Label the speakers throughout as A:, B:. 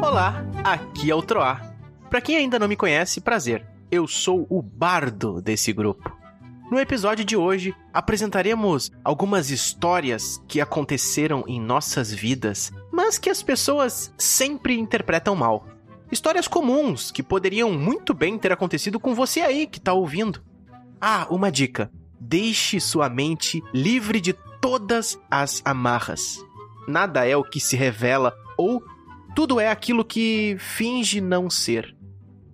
A: Olá, aqui é o Troá. Pra quem ainda não me conhece, prazer. Eu sou o bardo desse grupo. No episódio de hoje, apresentaremos algumas histórias que aconteceram em nossas vidas, mas que as pessoas sempre interpretam mal. Histórias comuns que poderiam muito bem ter acontecido com você aí que tá ouvindo. Ah, uma dica: deixe sua mente livre de todas as amarras. Nada é o que se revela ou tudo é aquilo que finge não ser.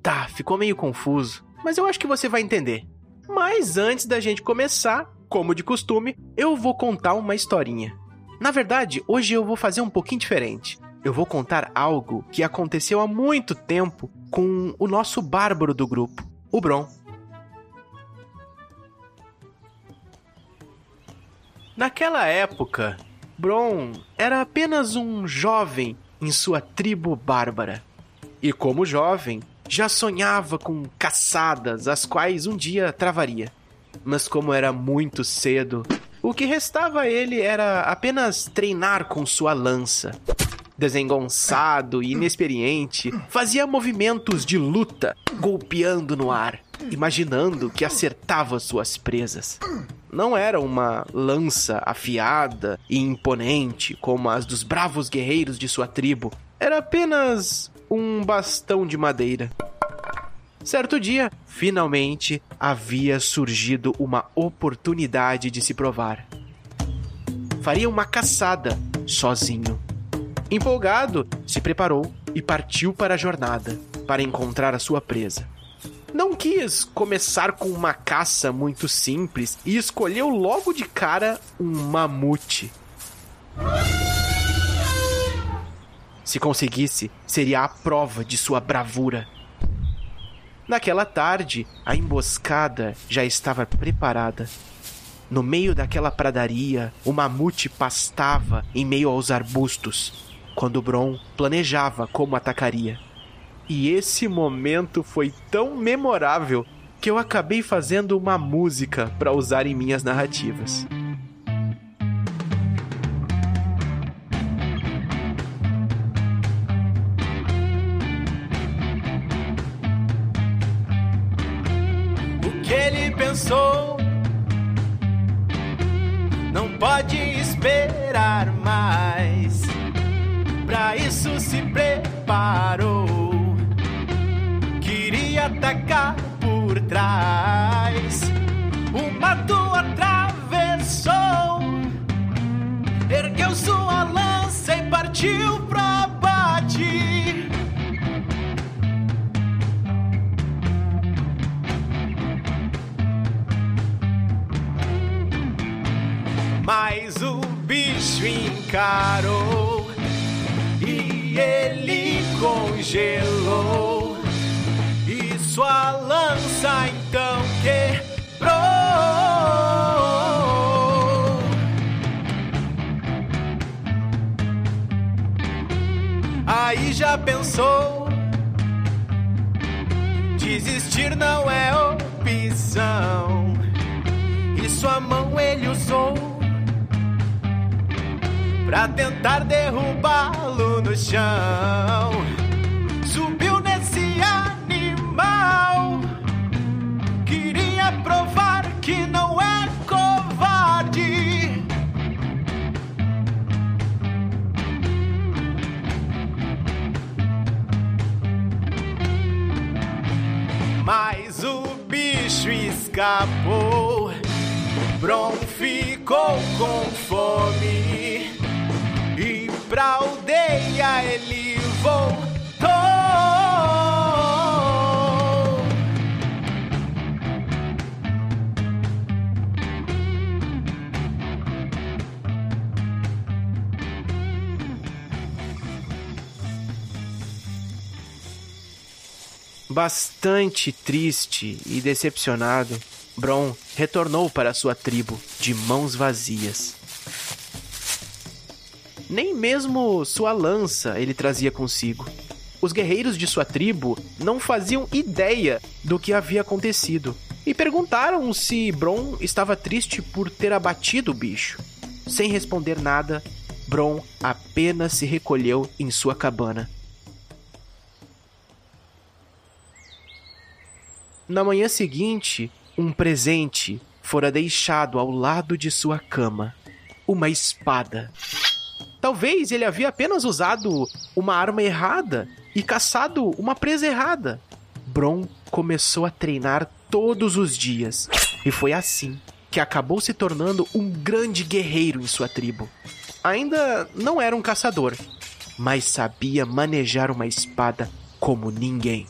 A: Tá, ficou meio confuso, mas eu acho que você vai entender. Mas antes da gente começar, como de costume, eu vou contar uma historinha. Na verdade, hoje eu vou fazer um pouquinho diferente. Eu vou contar algo que aconteceu há muito tempo com o nosso bárbaro do grupo, o Bron. Naquela época, Bron era apenas um jovem em sua tribo bárbara. E como jovem, já sonhava com caçadas as quais um dia travaria. Mas como era muito cedo, o que restava a ele era apenas treinar com sua lança. Desengonçado e inexperiente, fazia movimentos de luta, golpeando no ar, imaginando que acertava suas presas não era uma lança afiada e imponente como as dos bravos guerreiros de sua tribo. Era apenas um bastão de madeira. Certo dia, finalmente havia surgido uma oportunidade de se provar. Faria uma caçada sozinho. Empolgado, se preparou e partiu para a jornada para encontrar a sua presa não quis começar com uma caça muito simples e escolheu logo de cara um mamute. Se conseguisse, seria a prova de sua bravura. Naquela tarde, a emboscada já estava preparada. No meio daquela pradaria, o mamute pastava em meio aos arbustos, quando Bron planejava como atacaria. E esse momento foi tão memorável que eu acabei fazendo uma música para usar em minhas narrativas. O que ele pensou não pode esperar mais. Pra isso se preparou queria atacar por trás. O mato atravessou, ergueu sua lança e partiu pra bate. Mas o bicho encarou e ele congelou sua lança então quebrou. Aí já pensou, desistir não é opção. E sua mão ele usou pra tentar derrubá-lo no chão. Subiu nesse ar mal. Queria provar que não é covarde. Mas o bicho escapou. Bron ficou com fome. E pra aldeia ele voltou. Bastante triste e decepcionado, Bron retornou para sua tribo de mãos vazias. Nem mesmo sua lança ele trazia consigo. Os guerreiros de sua tribo não faziam ideia do que havia acontecido e perguntaram se Bron estava triste por ter abatido o bicho. Sem responder nada, Bron apenas se recolheu em sua cabana Na manhã seguinte, um presente fora deixado ao lado de sua cama: uma espada. Talvez ele havia apenas usado uma arma errada e caçado uma presa errada. Bron começou a treinar todos os dias e foi assim que acabou se tornando um grande guerreiro em sua tribo. Ainda não era um caçador, mas sabia manejar uma espada como ninguém.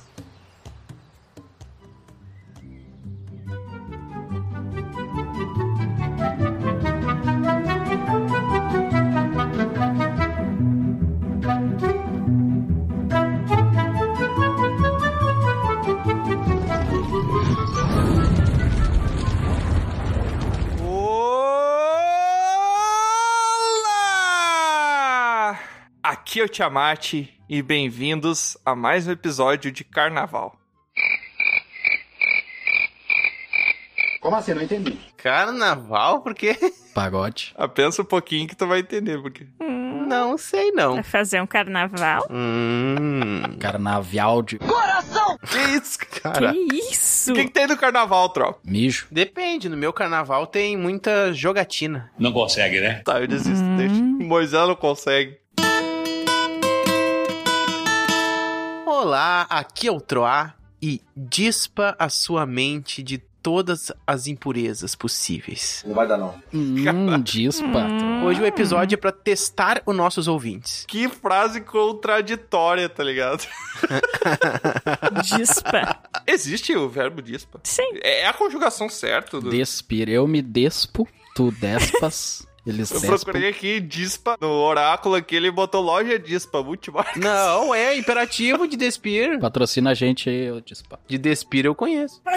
B: Olá! Aqui é o Tiamat e bem-vindos a mais um episódio de Carnaval.
C: Como assim? Não entendi.
A: Carnaval? Porque
D: Pagode.
B: Ah, pensa um pouquinho que tu vai entender porque.
A: não sei não.
E: Vai fazer um carnaval?
A: Hum.
D: Carnaval de
B: Que isso, cara?
E: Que isso?
B: O Ah, tá. que, que tem no carnaval, tropa?
D: mijo.
A: Depende, no meu carnaval tem muita jogatina.
F: Não consegue, né?
B: Tá, eu desisto, deixa. Moisés não consegue.
A: Olá, aqui é o Troá e dispa a sua mente de todas as impurezas possíveis.
C: Não vai dar, não.
D: Hum,
B: é
D: dispa.
A: Hoje o episódio é pra testar os nossos ouvintes.
B: Que frase contraditória, tá ligado?
E: Dispa.
B: Existe o verbo dispa.
E: Sim.
B: É a conjugação certa do.
D: Despir. Eu me despo, tu despas. Eles
B: Eu
D: despam.
B: procurei aqui dispa no oráculo aqui, ele botou loja dispa, multimarca.
A: Não, é imperativo de despir.
D: Patrocina a gente aí, eu dispa.
A: De despir eu conheço.
B: É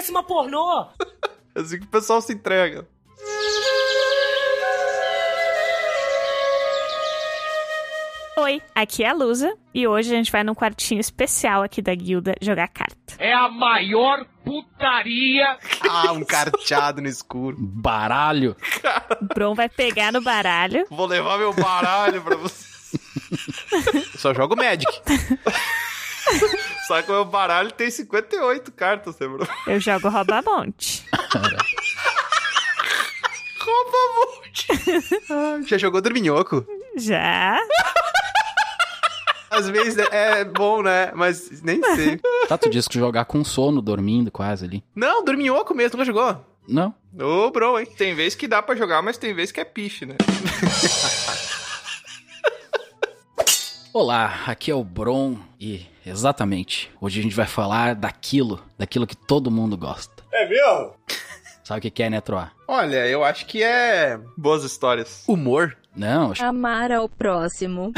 B: assim que o pessoal se entrega.
E: Oi, aqui é a Lusa e hoje a gente vai num quartinho especial aqui da guilda jogar carta.
G: é a maior putaria
A: Ah, um carteado no escuro.
D: Baralho.
E: O Bron vai pegar no baralho.
B: Vou levar meu baralho pra vocês.
A: Só jogo Magic.
B: Só que o meu baralho tem 58 cartas, lembrou?
E: Eu jogo rouba-monte.
A: Já jogou dorminhoco?
E: Já?
A: Às vezes é bom, né? Mas nem sei.
D: Tá, tu disse que jogar com sono, dormindo quase ali.
A: Não, dorminhoco mesmo, nunca jogou?
D: Não.
B: Ô, bro, hein? Tem vez que dá pra jogar, mas tem vez que é piche, né?
D: Olá, aqui é o Bron e exatamente. Hoje a gente vai falar daquilo, daquilo que todo mundo gosta. É mesmo? Sabe o que que é, né, Troá?
A: Olha, eu acho que é.
B: Boas histórias.
A: Humor.
D: Não, acho
H: Amar ao próximo.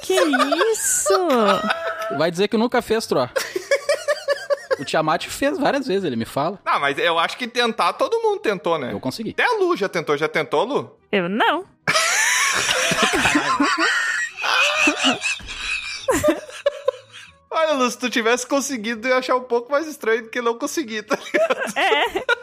E: Que isso?
D: que- vai dizer que nunca fez, Troá. O Tiamat fez várias vezes, ele me fala.
B: Ah, mas eu acho que tentar, todo mundo tentou, né?
D: Eu consegui.
B: Até a Lu já tentou, já tentou, Lu?
E: Eu não.
B: Olha, Lu, se tu tivesse conseguido, eu ia achar um pouco mais estranho do que não conseguir, tá ligado?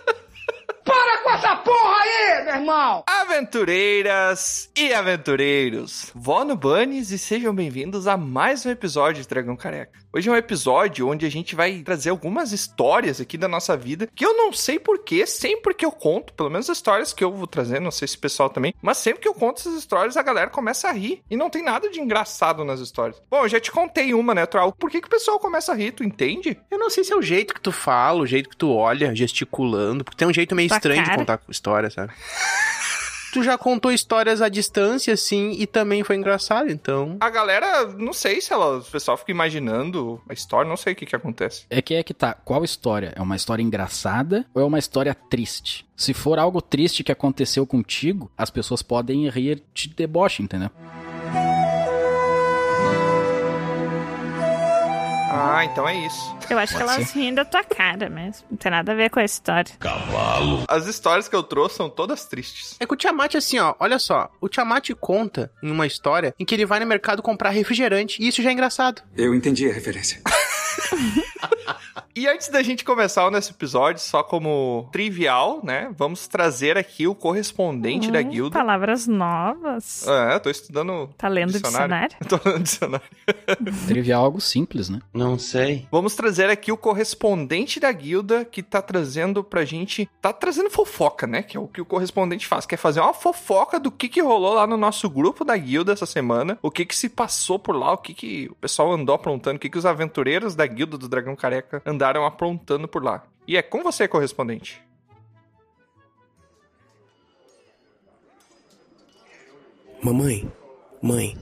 E: É.
G: com essa porra aí, meu irmão!
B: Aventureiras e aventureiros, vó no Bunnies e sejam bem-vindos a mais um episódio de Dragão Careca. Hoje é um episódio onde a gente vai trazer algumas histórias aqui da nossa vida que eu não sei porquê, sempre que eu conto, pelo menos as histórias que eu vou trazer, não sei se o pessoal também, mas sempre que eu conto essas histórias a galera começa a rir e não tem nada de engraçado nas histórias. Bom, eu já te contei uma, né, Troll? Por que, que o pessoal começa a rir, tu entende?
A: Eu não sei se é o jeito que tu fala, o jeito que tu olha, gesticulando, porque tem um jeito meio
E: Tua
A: estranho de
E: cara.
A: contar história, sabe? tu já contou histórias à distância, assim, e também foi engraçado, então.
B: A galera, não sei se ela, o pessoal fica imaginando a história, não sei o que que acontece.
D: É que é que tá. Qual história? É uma história engraçada ou é uma história triste? Se for algo triste que aconteceu contigo, as pessoas podem rir de deboche, entendeu?
B: Ah, então é isso.
E: Eu acho que
D: Pode
E: elas riem da tua cara mesmo. Não tem nada a ver com a história.
B: As histórias que eu trouxe são todas tristes.
A: É que o Tiamat, assim, ó, olha só. O Tiamat conta em uma história em que ele vai no mercado comprar refrigerante, e isso já é engraçado.
I: Eu entendi a referência.
B: E antes da gente começar o nosso episódio, só como trivial, né? Vamos trazer aqui o correspondente da
E: Hum,
B: guilda.
E: Palavras novas.
B: É, eu tô estudando.
E: Tá lendo o
B: Dicionário.
E: dicionário?
B: Tô lendo dicionário.
D: Trivial é algo simples, né?
A: Não sei.
B: Vamos trazer aqui o correspondente da guilda que tá trazendo pra gente. Tá trazendo fofoca, né? Que é o que o correspondente faz. Quer fazer uma fofoca do que, que rolou lá no nosso grupo da guilda essa semana. O que que se passou por lá. O que, que o pessoal andou aprontando. O que, que os aventureiros da guilda do Dragão Careca andaram aprontando por lá. E é com você, correspondente.
F: Mamãe, mãe,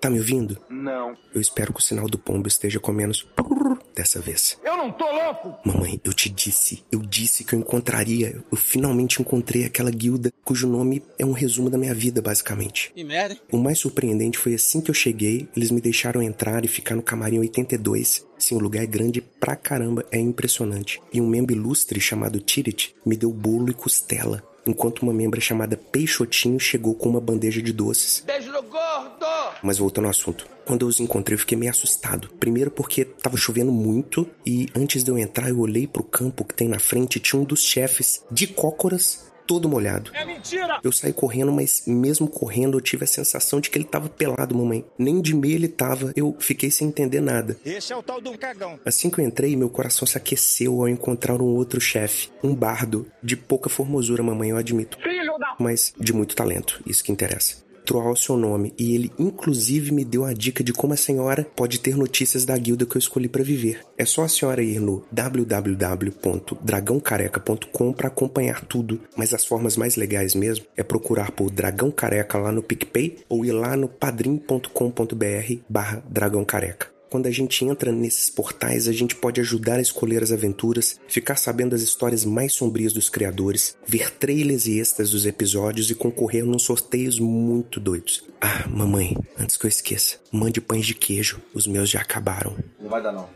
F: tá me ouvindo? Não. Eu espero que o sinal do pombo esteja com menos prrr dessa vez.
G: Eu não tô louco!
F: Mamãe, eu te disse, eu disse que eu encontraria, eu finalmente encontrei aquela guilda cujo nome é um resumo da minha vida, basicamente.
I: Que merda, hein?
F: O mais surpreendente foi assim que eu cheguei, eles me deixaram entrar e ficar no camarim 82. Sim, o lugar é grande pra caramba, é impressionante. E um membro ilustre chamado Tirit me deu bolo e costela, enquanto uma membra chamada Peixotinho chegou com uma bandeja de doces.
G: Beijo no gordo!
F: Mas voltando ao assunto. Quando eu os encontrei, eu fiquei meio assustado. Primeiro porque tava chovendo muito e antes de eu entrar, eu olhei pro campo que tem na frente e tinha um dos chefes de cócoras todo molhado. É mentira! Eu saí correndo, mas mesmo correndo, eu tive a sensação de que ele tava pelado, mamãe. Nem de meia ele tava. Eu fiquei sem entender nada.
I: Esse é o tal do cagão.
F: Assim que eu entrei, meu coração se aqueceu ao encontrar um outro chefe, um bardo, de pouca formosura, mamãe, eu admito,
G: Filho da...
F: mas de muito talento, isso que interessa. Troal é o seu nome, e ele inclusive me deu a dica de como a senhora pode ter notícias da guilda que eu escolhi pra viver. É só a senhora ir no www.dragãocareca.com pra acompanhar tudo, mas as formas mais legais mesmo é procurar por Dragão Careca lá no PicPay ou ir lá no padrim.com.br barra Dragão Careca. Quando a gente entra nesses portais, a gente pode ajudar a escolher as aventuras, ficar sabendo as histórias mais sombrias dos criadores, ver trailers e extras dos episódios e concorrer nos sorteios muito doidos. Ah, mamãe, antes que eu esqueça, mande pães de queijo, os meus já acabaram.
I: Não vai dar, não.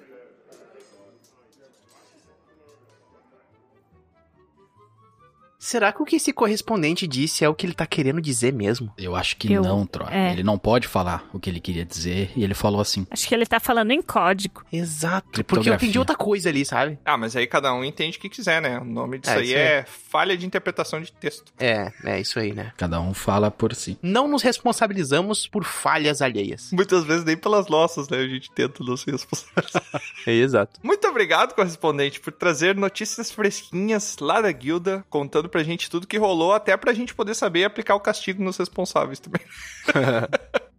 A: Será que o que esse correspondente disse é o que ele tá querendo dizer mesmo?
D: Eu acho que
E: Eu-
D: não, Troy.
E: é.
D: Ele não pode falar o que ele queria dizer e ele falou assim.
E: Acho que ele tá falando em código.
A: Exato. Porque eu
D: Criptografia.
A: entendi outra coisa ali, sabe?
B: Ah, mas aí cada um entende o que quiser, né? O nome disso
A: É,
B: aí
A: isso aí.
B: é falha de interpretação de texto.
A: É, é isso aí, né?
D: Cada um fala por si.
A: Não nos responsabilizamos por falhas alheias.
B: Muitas vezes nem pelas nossas, né? A gente tenta não se responsabilizar.
A: É, exato.
B: Muito obrigado, correspondente, por trazer notícias fresquinhas lá da guilda, contando pra gente tudo que rolou, até pra gente poder saber aplicar o castigo nos responsáveis também.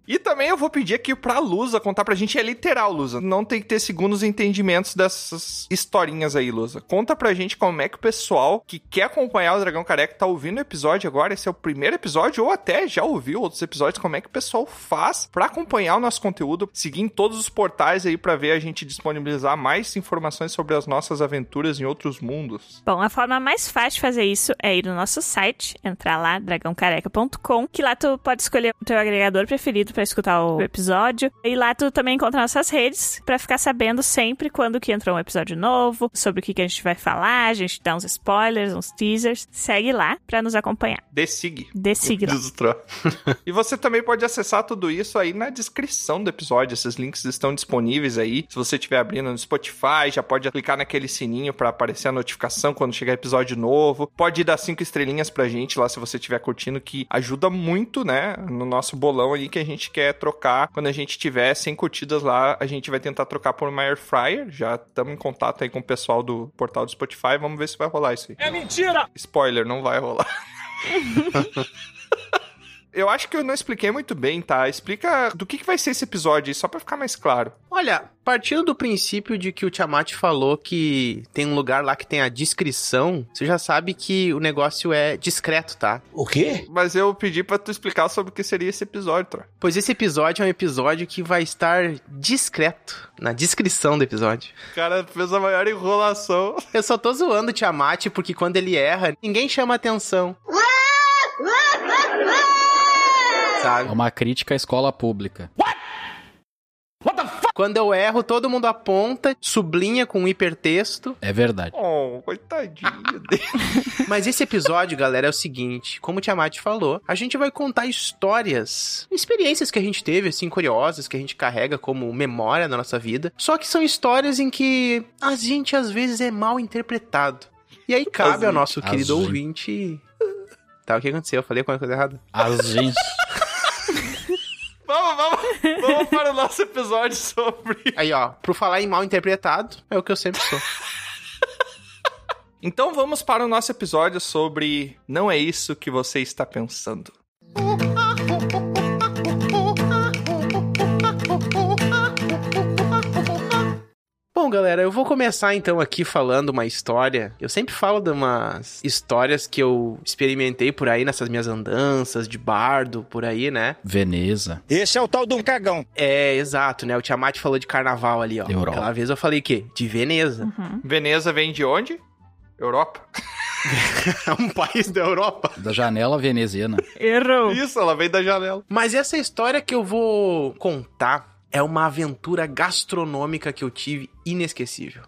B: E também eu vou pedir aqui pra Lusa contar pra gente, é literal, Lusa. Não tem que ter segundos entendimentos dessas historinhas aí, Lusa. Conta pra gente como é que o pessoal que quer acompanhar o Dragão Careca tá ouvindo o episódio agora, esse é o primeiro episódio, ou até já ouviu outros episódios, como é que o pessoal faz pra acompanhar o nosso conteúdo, seguir em todos os portais aí pra ver a gente disponibilizar mais informações sobre as nossas aventuras em outros mundos.
E: Bom, a forma mais fácil de fazer isso é ir no nosso site, entrar lá, dragãocareca.com, que lá tu pode escolher o teu agregador preferido pra escutar o episódio. E lá tu também encontra nossas redes pra ficar sabendo sempre quando que entrou um episódio novo, sobre o que, que a gente vai falar, a gente dá uns spoilers, uns teasers. Segue lá pra nos acompanhar.
B: Desigue.
E: Dê siga lá.
B: Diz o Tro. e você também pode acessar tudo isso aí na descrição do episódio. Esses links estão disponíveis aí. Se você estiver abrindo no Spotify, já pode clicar naquele sininho pra aparecer a notificação quando chegar episódio novo. Pode dar cinco estrelinhas pra gente lá se você estiver curtindo, que ajuda muito, né? No nosso bolão aí que a gente quer trocar. Quando a gente tiver 100 curtidas lá, a gente vai tentar trocar por uma Air Fryer. Já estamos em contato aí com o pessoal do portal do Spotify. Vamos ver se vai rolar isso aí. É mentira! Spoiler, não vai rolar. Eu acho que eu não expliquei muito bem, tá? Explica do que, que vai ser esse episódio aí, só pra ficar mais claro.
A: Olha, partindo do princípio de que o Tiamat falou que tem um lugar lá que tem a descrição, você já sabe que o negócio é discreto, tá?
I: O quê?
B: Mas eu pedi pra tu explicar sobre o que seria esse episódio, Tro.
A: Pois esse episódio é um episódio que vai estar discreto na descrição do episódio.
B: O cara fez a maior enrolação.
A: Eu só tô zoando o Tiamat porque quando ele erra, ninguém chama atenção. Sabe?
D: É uma crítica à escola pública.
A: Quando eu erro, todo mundo aponta, sublinha com um hipertexto.
D: É verdade.
B: Oh, coitadinho dele.
A: Mas esse episódio, galera, é o seguinte: como o Tiamat falou, a gente vai contar histórias, experiências que a gente teve, assim, curiosas, que a gente carrega como memória na nossa vida. Só que são histórias em que a gente às vezes é mal interpretado. E aí cabe ao nosso
D: Azul.
A: querido ouvinte. Tá, o que aconteceu? Eu falei alguma coisa errada?
D: A gente.
B: Vamos, vamos, vamos para o nosso episódio sobre.
A: Aí, ó, pro falar em mal interpretado, é o que eu sempre sou.
B: Então vamos para o nosso episódio sobre Não é isso que você está pensando.
A: Bom, galera, eu vou começar então aqui falando uma história. Eu sempre falo de umas histórias que eu experimentei por aí nessas minhas andanças de bardo, por aí, né?
D: Veneza.
I: Esse é o tal de um cagão.
A: É, exato, né? O Tiamat falou de carnaval ali, ó.
D: Europa.
A: Aquela vez eu falei o quê? De Veneza.
E: Uhum.
B: Veneza vem de onde? Europa.
A: É um país da Europa.
D: Da janela veneziana.
E: Errou.
B: Isso, ela vem da janela.
A: Mas essa história que eu vou contar é uma aventura gastronômica que eu tive inesquecível.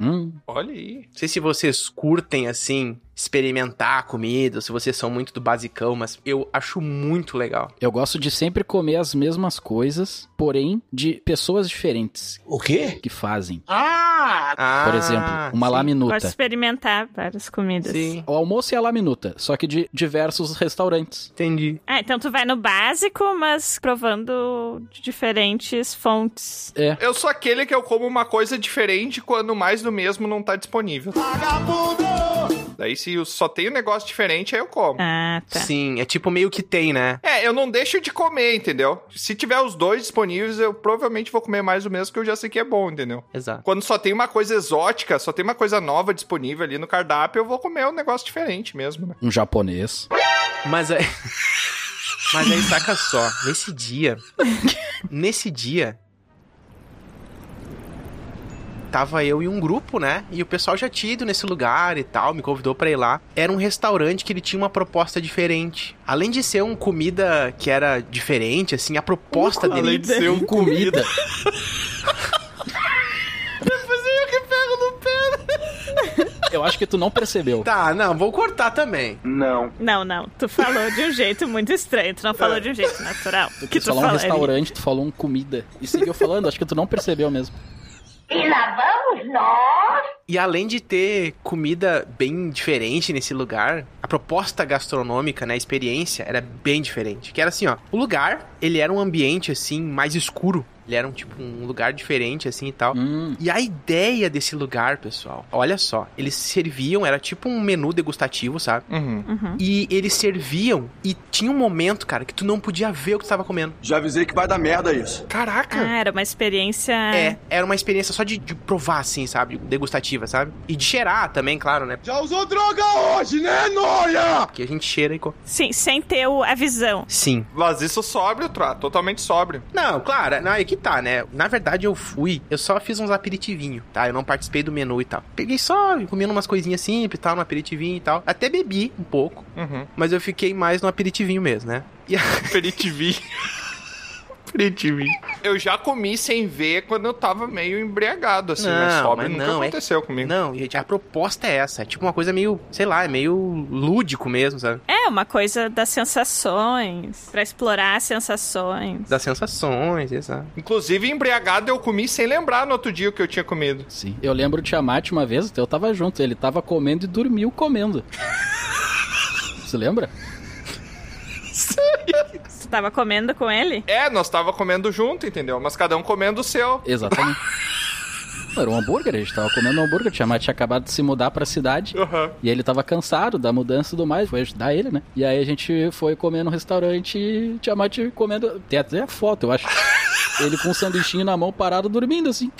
D: Hum,
B: Olha aí.
A: Não sei se vocês curtem, assim, experimentar a comida, se vocês são muito do basicão, mas eu acho muito legal.
D: eu gosto de sempre comer as mesmas coisas, porém de pessoas diferentes
I: O quê?
D: que fazem.
A: Ah,
D: Por exemplo, uma
A: sim.
E: Gosto de
D: laminuta.
E: experimentar várias comidas.
A: Sim,
D: O almoço é a laminuta, só que de diversos restaurantes.
A: entendi.
E: Ah, então tu vai no básico, mas provando de diferentes fontes.
D: É.
B: Eu sou aquele que eu como uma coisa diferente quando mais do mesmo não tá disponível. Daí se eu só tem um negócio diferente, aí eu como.
E: Ah, tá.
A: Sim, é tipo meio que tem, né?
B: É, eu não deixo de comer, entendeu? Se tiver os dois disponíveis, eu provavelmente vou comer mais o mesmo que eu já sei que é bom, entendeu?
A: Exato.
B: Quando só tem uma coisa exótica, só tem uma coisa nova disponível ali no cardápio, eu vou comer um negócio diferente mesmo, né?
D: Um japonês.
A: Mas aí. Mas aí, saca só. Nesse dia. Nesse dia. Tava eu e um grupo, né? E o pessoal já tinha ido nesse lugar e tal, me convidou pra ir lá. Era um restaurante que ele tinha uma proposta diferente. Além de ser uma comida que era diferente, assim, a proposta dele.
B: Além de ser um comida.
D: Eu acho que tu não percebeu.
A: Tá, não, vou cortar também.
C: Não.
E: Não, não. Tu falou de um jeito muito estranho. Tu não
A: É.
E: falou de um jeito natural.
D: Tu
E: que
D: quis
E: tu
D: falar um
E: falaria.
D: restaurante, tu falou um comida. E seguiu falando, acho que tu não percebeu mesmo.
G: E lá vamos nós.
A: E além de ter comida bem diferente nesse lugar, a proposta gastronômica, né, a experiência era bem diferente. Que era assim, ó, o lugar, ele era um ambiente assim mais escuro. Ele era um tipo um lugar diferente assim e tal.
D: Hum,
A: E a ideia desse lugar, pessoal, olha só, eles serviam, era tipo um menu degustativo, sabe?
B: Uhum.
E: Uhum.
A: E eles serviam e tinha um momento, cara, que tu não podia ver o que tu tava comendo.
I: Já avisei que vai dar merda isso.
B: Caraca!
E: Ah, era uma experiência.
A: É, era uma experiência só de, de provar, assim, sabe? Degustativa, sabe? E de cheirar também, claro, né?
I: Já usou droga hoje, né, Noia?
A: Porque a gente cheira e. co-
E: Sim, sem ter o- a visão.
A: Sim.
B: Mas isso sóbrio, Tra, totalmente sóbrio.
A: Não, claro, não, é que tá, né? Na verdade, eu fui, eu só fiz uns aperitivinhos, tá? Eu não participei do menu e tal. Peguei só, comendo umas coisinhas simples e tal, um aperitivinho e tal. Até bebi um pouco,
B: Uhum.
A: mas eu fiquei mais no aperitivinho mesmo, né? E
B: Aperitivinho. Aperitivinho. Eu já comi sem ver quando eu tava meio embriagado, assim, mas
A: Não,
B: sóbrio
A: mas
B: nunca
A: não, é-
B: aconteceu comigo.
A: Não, gente, a proposta é essa. É tipo uma coisa meio, sei lá, é meio lúdico mesmo, sabe?
E: É, uma coisa das sensações. Pra explorar as sensações.
A: Das sensações, exato.
B: Inclusive, embriagado eu comi sem lembrar no outro dia o que eu tinha comido.
D: Sim. Eu lembro de Tiamat uma vez, eu tava junto, ele tava comendo e dormiu comendo. Você lembra?
E: Tu tava comendo com ele?
B: É, nós tava comendo junto, entendeu? Mas cada um comendo o seu.
D: Exatamente. Não, Era um hambúrguer, a gente tava comendo um hambúrguer, o Tiamat tinha acabado de se mudar pra cidade.
B: Aham.
D: E ele tava cansado da mudança e tudo mais, foi ajudar ele, né? E aí a gente foi comer no restaurante e Tiamat comendo. Tem até a foto, eu acho. Ele com um sanduichinho na mão, parado, dormindo assim.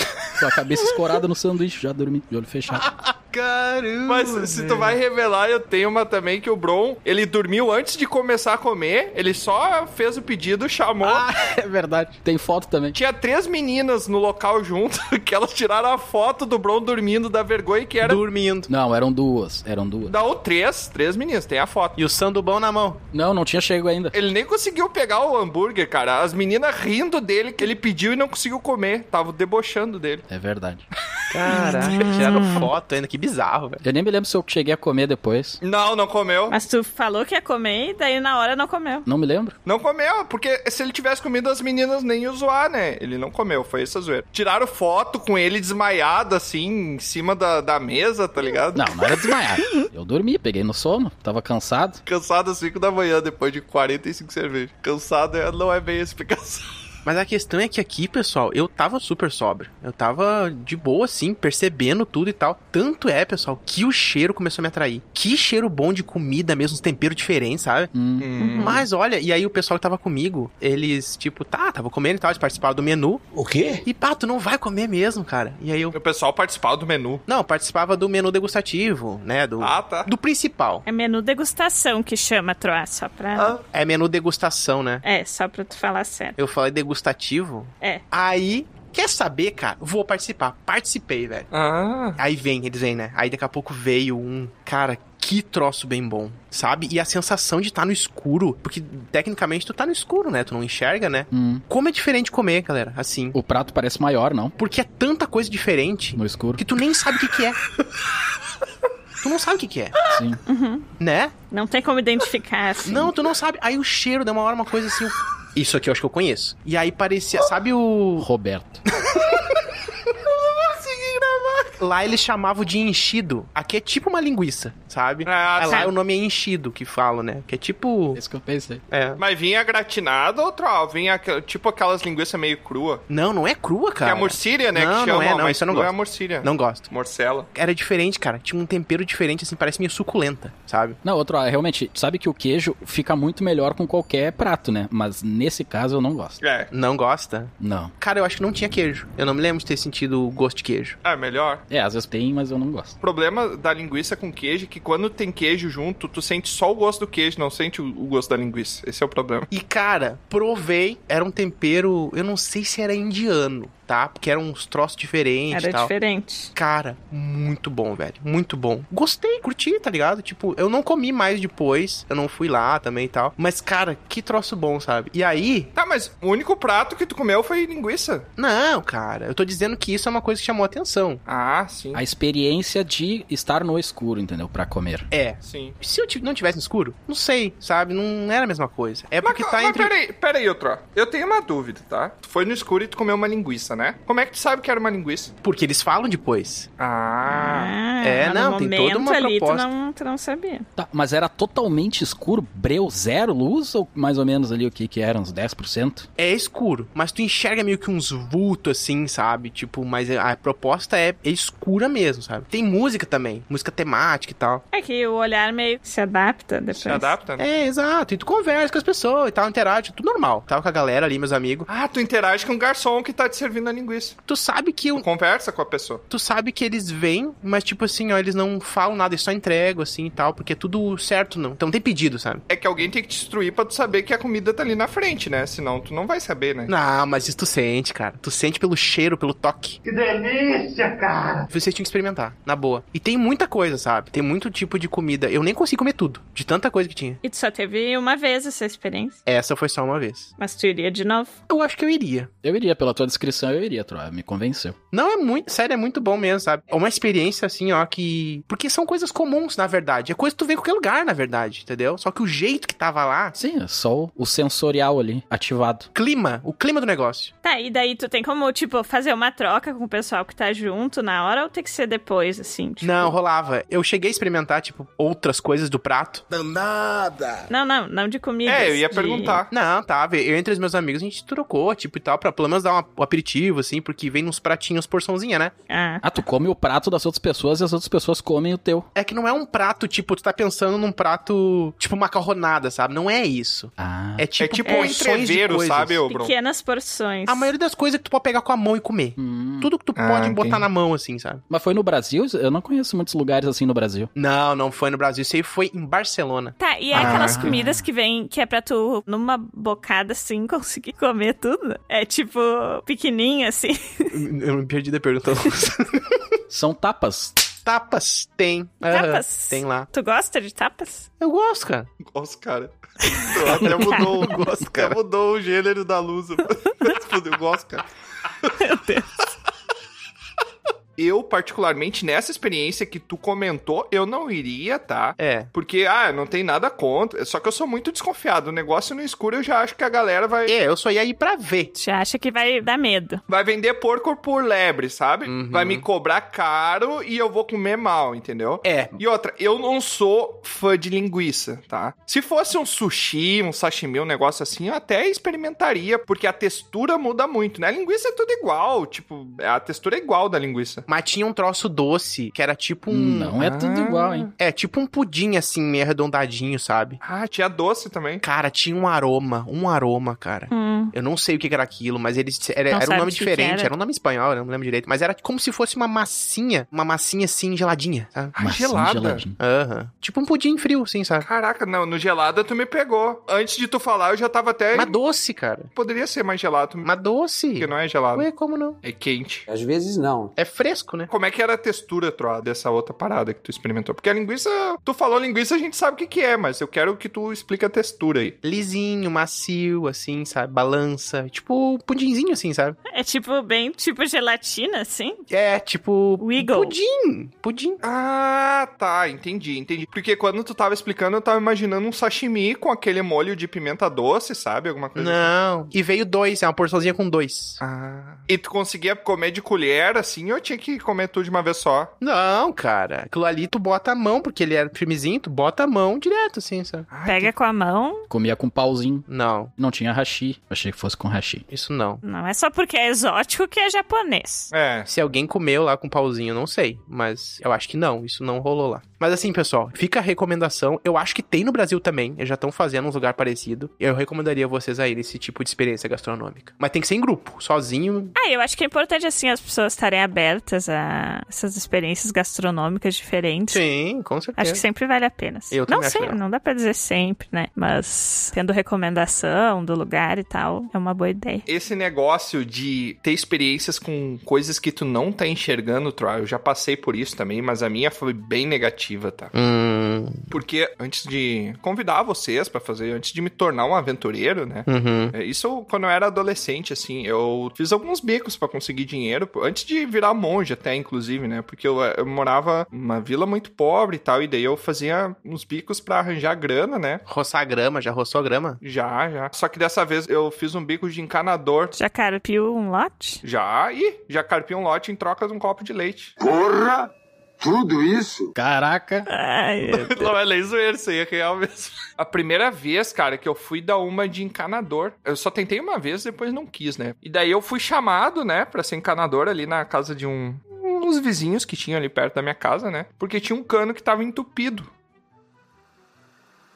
D: Com a cabeça escorada no sanduíche, já dormi, de olho fechado.
A: Caramba!
B: Mas se tu vai revelar, eu tenho uma também que o Bron, ele dormiu antes de começar a comer, ele só fez o pedido, chamou.
D: Ah, é verdade. Tem foto também.
B: Tinha três meninas no local junto, que elas tiraram a foto do Bron dormindo da vergonha que era.
A: Dormindo.
D: Não, eram duas. Eram duas.
B: Não, três, três meninas, tem a foto.
A: E o sandubão na mão.
D: Não, não tinha chego ainda.
B: Ele nem conseguiu pegar o hambúrguer, cara. As meninas rindo dele que ele pediu e não conseguiu comer. Tava debochando dele.
D: É verdade.
A: Caraca, tiraram foto ainda. Que bizarro, velho.
D: Eu nem me lembro se eu cheguei a comer depois.
B: Não, não comeu.
E: Mas tu falou que ia comer e daí na hora não comeu.
D: Não me lembro.
B: Não comeu, porque se ele tivesse comido as meninas nem ia zoar, né? Ele não comeu, foi essa zoeira. Tiraram foto com ele desmaiado, assim, em cima da, da mesa, tá ligado?
D: Não, não era desmaiar. Eu dormi, peguei no sono, tava cansado.
B: Cansado às 5 da manhã, depois de 45 cervejas. Cansado é- não é bem a explicação.
A: Mas a questão é que aqui, pessoal, eu tava super sóbrio. Eu tava de boa, assim, percebendo tudo e tal. Tanto é, pessoal, que o cheiro começou a me atrair. Que cheiro bom de comida mesmo, uns temperos diferentes, sabe?
D: Hum.
A: Mas olha, e aí o pessoal que tava comigo, eles, tipo, tá, tava comendo e tal, eles participaram do menu.
I: O quê?
A: E pá, tu não vai comer mesmo, cara. E aí eu.
B: O pessoal participava do menu.
A: Não, participava do menu degustativo, né? Do,
B: Ah, tá.
A: do principal.
E: É menu degustação que chama, Troá, só pra...
B: Ah.
A: É menu degustação, né?
E: É, só pra tu falar sério.
A: Eu falei degustativo.
E: É.
A: Aí, quer saber, cara? Vou participar. Participei, velho.
B: Ah.
A: Aí vem, eles vêm, né? Aí daqui a pouco veio um. Cara, que troço bem bom, sabe? E a sensação de estar no escuro, porque tecnicamente tu tá no escuro, né? Tu não enxerga, né?
D: Hum.
A: Como é diferente comer, galera, assim.
D: O prato parece maior, não?
A: Porque é tanta coisa diferente
D: No escuro.
A: que tu nem sabe o que, que é. tu não sabe o que, que é,
D: Sim.
A: né?
E: Não tem como identificar, assim.
A: Não, tu não sabe. Aí o cheiro deu uma hora uma coisa assim. eu- Isso aqui eu acho que eu conheço. E aí parecia, sabe o.
D: Roberto.
A: Lá eles chamavam de enchido. Aqui é tipo uma linguiça, sabe?
B: Ah,
A: lá
B: sim.
A: o nome é enchido que falam, né? Que é tipo.
D: É isso que eu pensei.
A: É.
B: Mas vinha gratinado ou troll? Vinha aquel- tipo aquelas linguiças meio crua.
A: Não, não é crua,
B: Que é
A: cara.
B: a morcíria, né?
A: Não,
B: que
A: não
B: chama,
A: é, não,
B: mas
A: isso eu não
B: crua
A: gosto.
B: é a morcíria.
A: Não gosto.
B: Morcela.
A: Era diferente, cara. Tinha um tempero diferente, assim, parece meio suculenta, sabe?
D: Não, outro, ah, realmente, sabe que o queijo fica muito melhor com qualquer prato, né? Mas nesse caso eu não gosto.
B: É.
A: Não gosta?
D: Não.
A: Cara, eu acho que não tinha queijo. Eu não me lembro de ter sentido o gosto de queijo.
B: É melhor.
D: É, às vezes tem, mas eu não gosto.
B: O problema da linguiça com queijo é que quando tem queijo junto, tu sente só o gosto do queijo, não sente o o gosto da linguiça. Esse é o problema.
A: E, cara, provei. Era um tempero. Eu não sei se era indiano, tá? Porque eram uns troços diferentes
E: Era
A: e tal.
E: diferente.
A: Cara, muito bom, velho. Muito bom. Gostei, curti, tá ligado? Tipo, eu não comi mais depois. Eu não fui lá também e tal. Mas, cara, que troço bom, sabe? E aí.
B: Tá, mas o único prato que tu comeu foi linguiça.
A: Não, cara. Eu tô dizendo que isso é uma coisa que chamou atenção.
B: Ah, sim.
D: A experiência de estar no escuro, entendeu? Pra comer.
A: É.
B: Sim.
A: Se eu ti- não tivesse no escuro, não sei, sabe? Não era a mesma coisa. É
B: Mas,
A: porque tá
B: mas
A: entre.
B: peraí, peraí, outro. Eu tenho uma dúvida, tá? Tu foi no escuro e tu comeu uma linguiça, né? Como é que tu sabe que era uma linguiça?
A: Porque eles falam depois.
B: Ah.
E: Ah,
A: É,
E: mas
A: não,
E: no
A: tem
E: momento
A: toda uma
E: ali,
A: proposta.
E: Tu não, tu não sabia.
D: Tá, mas era totalmente escuro, breu, zero luz, ou mais ou menos ali o que que era, uns 10%?
A: É escuro, mas tu enxerga meio que uns vultos assim, sabe? Tipo, mas a proposta é, é escura mesmo, sabe? Tem música também, música temática e tal.
E: É que o olhar meio que se adapta depois.
B: Se adapta, né?
A: É, exato. E tu conversa com as pessoas e tal, interage, tudo normal. Tava com a galera ali, meus amigos.
B: Ah, tu interage com o garçom que tá te servindo a linguiça.
A: Tu sabe que
B: Tu
A: o-
B: conversa com a pessoa.
A: tu sabe que eles vêm, mas tipo assim, ó, eles não falam nada, eles só entregam assim e tal, porque é tudo certo não. Então tem pedido, sabe?
B: É que alguém tem que te instruir pra tu saber que a comida tá ali na frente, né? Senão tu não vai saber, né?
A: Não, mas isso tu sente, cara. Tu sente pelo cheiro, pelo toque.
G: Que delícia, cara!
A: Vocês tinham que experimentar, na boa. E tem muita coisa, sabe? Tem muito tipo de comida. Eu nem consegui comer tudo, de tanta coisa que tinha.
E: E tu só teve uma vez essa experiência.
A: Essa foi só uma vez.
E: Mas tu iria de novo?
A: Eu acho que eu iria.
D: Eu iria, pela tua descrição, eu iria, Troa. Me convenceu.
A: Não, é muito. Sério, é muito bom mesmo, sabe? É uma experiência assim, ó, que. Porque são coisas comuns, na verdade. É coisa que tu vê em qualquer lugar, na verdade, entendeu? Só que o jeito que tava lá.
D: Sim, é só o- o sensorial ali, ativado.
A: Clima, o clima do negócio.
E: Tá, e daí tu tem como, tipo, fazer uma troca com o pessoal que tá junto na hora ou tem que ser depois, assim? tipo?
A: Não, rolava. Eu cheguei a experimentar, tipo, outras coisas do prato.
I: Danada!
E: Não, não, não de comida.
B: É, eu ia
E: de-
B: perguntar.
A: tá, Não, tava. Eu entre os meus amigos, a gente trocou, tipo, e tal, pra pelo menos dar um aperitivo nutritivo, assim, porque vem nos pratinhos porçãozinha, né?
E: Ah.
D: Ah, tu come o prato das outras pessoas e as outras pessoas comem o teu.
A: É que não é um prato, tipo, tu tá pensando num prato, tipo, macarronada, sabe? Não é isso.
D: Ah.
A: É tipo,
B: é tipo um
A: porções de
B: entreveiro,
A: coisas.
B: sabe, ô, Bruno?
E: Pequenas porções.
A: A maioria das coisas é que tu pode pegar com a mão e comer.
D: Hum.
A: Tudo que tu
B: Ah,
A: pode botar
B: entendi.
A: na mão, assim, sabe?
D: Mas foi no Brasil? Eu não conheço muitos lugares assim no Brasil.
A: Não, não foi no Brasil. Isso aí foi em Barcelona.
E: Tá, e é
B: Ah,
E: aquelas
B: ok.
E: comidas que vem, que é pra tu, numa bocada assim, conseguir comer tudo. É tipo, pequenininho assim.
A: Eu me perdi da pergunta.
D: São tapas.
A: tapas? Tem. Aham,
E: Tapas?
A: Tem lá.
E: Tu gosta de tapas?
A: Eu gosto, cara.
B: Gosto, cara. Tu até mudou, o- até mudou o gênero da luz. Eu gosto, cara.
E: Meu Deus.
B: Eu, particularmente, nessa experiência que tu comentou, eu não iria, tá?
A: É.
B: Porque, ah, não tem nada contra. Só que eu sou muito desconfiado. O negócio no escuro eu já acho que a galera vai,
A: É, eu só ia ir pra ver.
E: Já acha que vai dar medo.
B: vai vender porco por lebre, sabe?
A: Uhum.
B: Vai me cobrar caro e eu vou comer mal, entendeu?
A: É.
B: E outra, eu não sou fã de linguiça, tá? Se fosse um sushi, um sashimi, um negócio assim, eu até experimentaria, porque a textura muda muito, né? A linguiça é tudo igual, tipo, a textura é igual da linguiça.
A: Mas tinha um troço doce, que era tipo um...
D: Não é tudo
B: Ah.
D: igual, hein?
A: É, tipo um pudim, assim, meio arredondadinho, sabe?
B: Ah, tinha doce também.
A: Cara, tinha um aroma. Um aroma, cara.
E: Hum.
A: Eu não sei o que que era aquilo, mas eles era,
E: Não
A: era um
E: sabe
A: nome
E: o que que
A: diferente,
E: era?
A: era. um nome espanhol, eu não lembro direito, mas era como se fosse uma massinha, uma massinha assim geladinha, sabe?
B: Ah,
D: Massinha
B: gelada.
D: geladinha.
A: Aham. Tipo um pudim frio, assim, sabe?
B: Caraca, não, no gelada tu me pegou. Antes de tu falar, eu já tava até.
A: Mas doce, cara.
B: Poderia ser mais gelado, tu me-
A: Mas doce.
B: porque não é gelado.
A: Ué, como não?
B: É quente.
I: Às vezes não.
A: É fresco, né?
B: Como é que era a textura, Troa, dessa outra parada que tu experimentou? Porque a linguiça, tu falou linguiça, a gente sabe o que que é, mas eu quero que tu explique a textura aí.
A: Lisinho, macio, assim, sabe? Balança. Tipo um pudinzinho, assim, sabe?
E: É tipo, bem tipo gelatina, assim.
A: É, tipo.
E: Wiggle.
A: Pudim! Pudim.
B: Ah, tá, entendi, entendi. Porque quando tu tava explicando, eu tava imaginando um sashimi com aquele molho de pimenta doce, sabe? Alguma coisa assim.
A: Não. E veio dois, é uma porçãozinha com dois.
B: Ah. E tu conseguia comer de colher, assim, ou tinha que comer tudo de uma vez só?
A: Não, cara. Aquilo ali tu bota a mão, porque ele era firmezinho, tu bota a mão direto, assim, sabe?
B: Ah,
E: Pega com a mão.
D: Comia com pauzinho.
A: Não,
D: Não tinha hashi. Achei que fosse com hashi.
A: isso não.
E: Não é só porque é exótico que é japonês.
B: É.
A: Se alguém comeu lá com pauzinho, não sei. Mas eu acho que não, isso não rolou lá. Mas assim, pessoal, fica a recomendação. Eu acho que tem no Brasil também. Eles já estão fazendo uns lugar parecido. Eu recomendaria vocês aí nesse tipo de experiência gastronômica. Mas tem que ser em grupo. Sozinho,
E: Ah, eu acho que é importante, assim, as pessoas estarem abertas a essas experiências gastronômicas diferentes.
A: sim, com
E: Acho
A: certeza.
E: que sempre vale a pena. assim.
A: Eu
E: não
A: também acho
E: sei,
A: legal.
E: não dá pra dizer sempre, né? Mas tendo recomendação do lugar e tal, é uma boa ideia.
B: Esse negócio de ter experiências com coisas que tu não tá enxergando, Troy, eu já passei por isso também, mas a minha foi bem negativa, tá?
A: Hum,
B: Porque antes de convidar vocês pra fazer, antes de me tornar um aventureiro, né?
A: uhum.
B: É, Isso quando eu era adolescente, assim, eu fiz alguns bicos pra conseguir dinheiro, pô, antes de virar monge até, inclusive, né? Porque eu, eu morava numa vila muito pobre e tal, e daí eu fazia uns bicos pra arranjar grana, né?
A: Roçar grama, já roçou grama?
B: Já, já. Só que dessa vez eu fiz um bico de encanador.
E: Já carpiu um lote?
B: Já, e já carpi um lote em troca de um copo de leite.
I: Porra! Tudo isso?
D: Caraca!
E: Ai,
B: Não é lei zoeira, isso aí é real mesmo. A primeira vez, cara, que eu fui dar uma de encanador. Eu só tentei uma vez, depois não quis, né? E daí eu fui chamado, né, pra ser encanador ali na casa de um. Uns vizinhos que tinham ali perto da minha casa, né? Porque tinha um cano que tava entupido.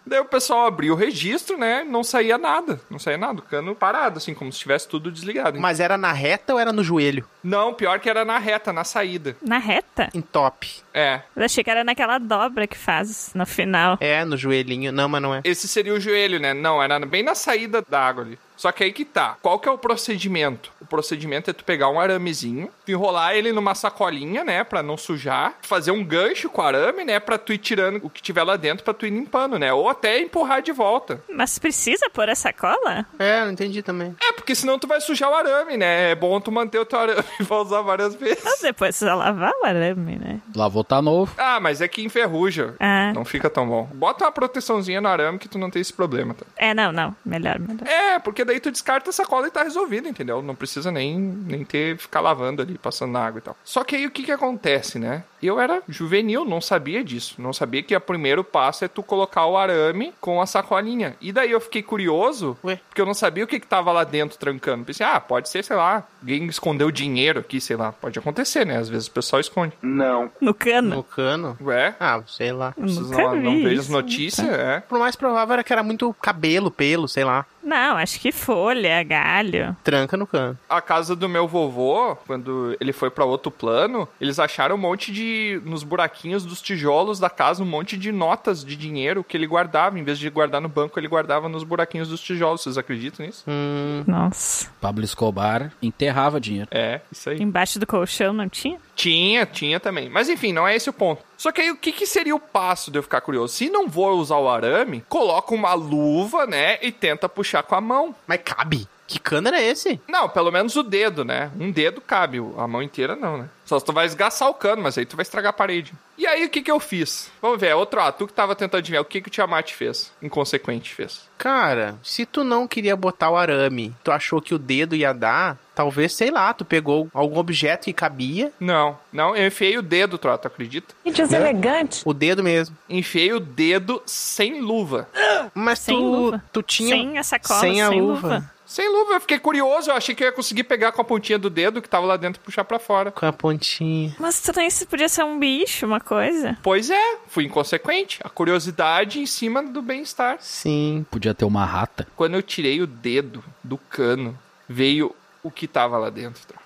B: Daí o pessoal abriu o registro, né? Não saía nada. Não saía nada. O cano parado, assim, como se tivesse tudo desligado.
A: Mas era na reta ou era no joelho?
B: Não, pior que era na reta, na saída.
E: na reta?
A: Em top.
B: É.
E: Eu achei que era naquela dobra que faz no final.
A: É, no joelhinho. Não, mas não é.
B: Esse seria o joelho, né? Não, era bem na saída da água ali. Só que aí que tá. Qual que é o procedimento? O procedimento é tu pegar um aramezinho, tu enrolar ele numa sacolinha, né, Pra não sujar, fazer um gancho com o arame, né, Pra tu ir tirando o que tiver lá dentro pra tu ir limpando, né? Ou até empurrar de volta.
E: Mas precisa pôr a sacola?
A: É, não entendi também.
B: É, porque senão tu vai sujar o arame, né? É bom tu manter o teu arame e vai usar várias vezes.
E: Ou depois precisa lavar o arame, né?
D: Lavou tá novo.
B: Ah, mas é que enferruja.
E: Ah,
B: Não fica tão bom. Bota uma proteçãozinha no arame que tu não tem esse problema, tá?
E: é, não, não. Melhor, melhor.
B: É, porque daí tu descarta a sacola e tá resolvido, entendeu? Não precisa nem, nem ter ficar lavando ali, passando na água e tal. Só que aí o que que acontece, né? Eu era juvenil, não sabia disso. Não sabia que o primeiro passo é tu colocar o arame com a sacolinha. E daí eu fiquei curioso,
A: Ué?
B: porque eu não sabia o que que tava lá dentro trancando. Pensei, ah, pode ser, sei lá, alguém escondeu dinheiro aqui, sei lá. Pode acontecer, né? Às vezes o pessoal esconde.
E: Hum.
I: Não.
E: No cano.
A: No cano?
B: Ué,
A: Ah, sei lá.
B: vocês
E: nunca
B: não,
E: vi
B: não veem as
E: isso. Tá.
B: notícias, é.
A: O mais provável era que era muito cabelo, pelo, sei lá.
E: Não, acho que folha, galho.
A: Tranca no cano.
B: A casa do meu vovô, quando ele foi pra outro plano, eles acharam um monte de. nos buraquinhos dos tijolos da casa, um monte de notas de dinheiro que ele guardava. Em vez de guardar no banco, ele guardava nos buraquinhos dos tijolos. Vocês acreditam nisso? Uhum.
E: Nossa.
D: Pablo Escobar enterrava dinheiro.
B: É, isso aí.
E: Embaixo do colchão não tinha?
B: Tinha, tinha também. Mas enfim, não é esse o ponto. Só que aí o que, que seria o passo de eu ficar curioso? Se não vou usar o arame, coloca uma luva, né? E tenta puxar com a mão.
A: Mas cabe. Que cano era esse?
B: Não, pelo menos o dedo, né? Um dedo cabe, o- a mão inteira não, né? Só se tu vai esgaçar o cano, mas aí tu vai estragar a parede. E aí o que que eu fiz? Vamos ver, outro, ah, tu que tava tentando adivinhar, o que que o Tiamat fez? Inconsequente fez.
A: Cara, se tu não queria botar o arame, tu achou que o dedo ia dar, talvez, sei lá, tu pegou algum objeto que cabia,
B: Não, não, eu enfiei o dedo, Trota, acredita?
J: Gente, os elegantes.
A: o dedo mesmo.
B: Enfiei o dedo sem luva.
A: Mas
E: Sem
A: tu,
E: luva.
A: tu tinha...
E: Sem a sacola,
A: sem a
E: luva.
A: luva.
B: Sem luva, eu fiquei curioso, eu achei que eu ia conseguir pegar com a pontinha do dedo que tava lá dentro e puxar pra fora.
A: Com a pontinha.
E: Mas também isso podia ser um bicho, uma coisa.
B: Pois é, fui inconsequente. A curiosidade em cima do bem-estar.
A: Sim.
D: Podia ter uma rata.
B: Quando eu tirei o dedo do cano, veio o que tava lá dentro. Tro.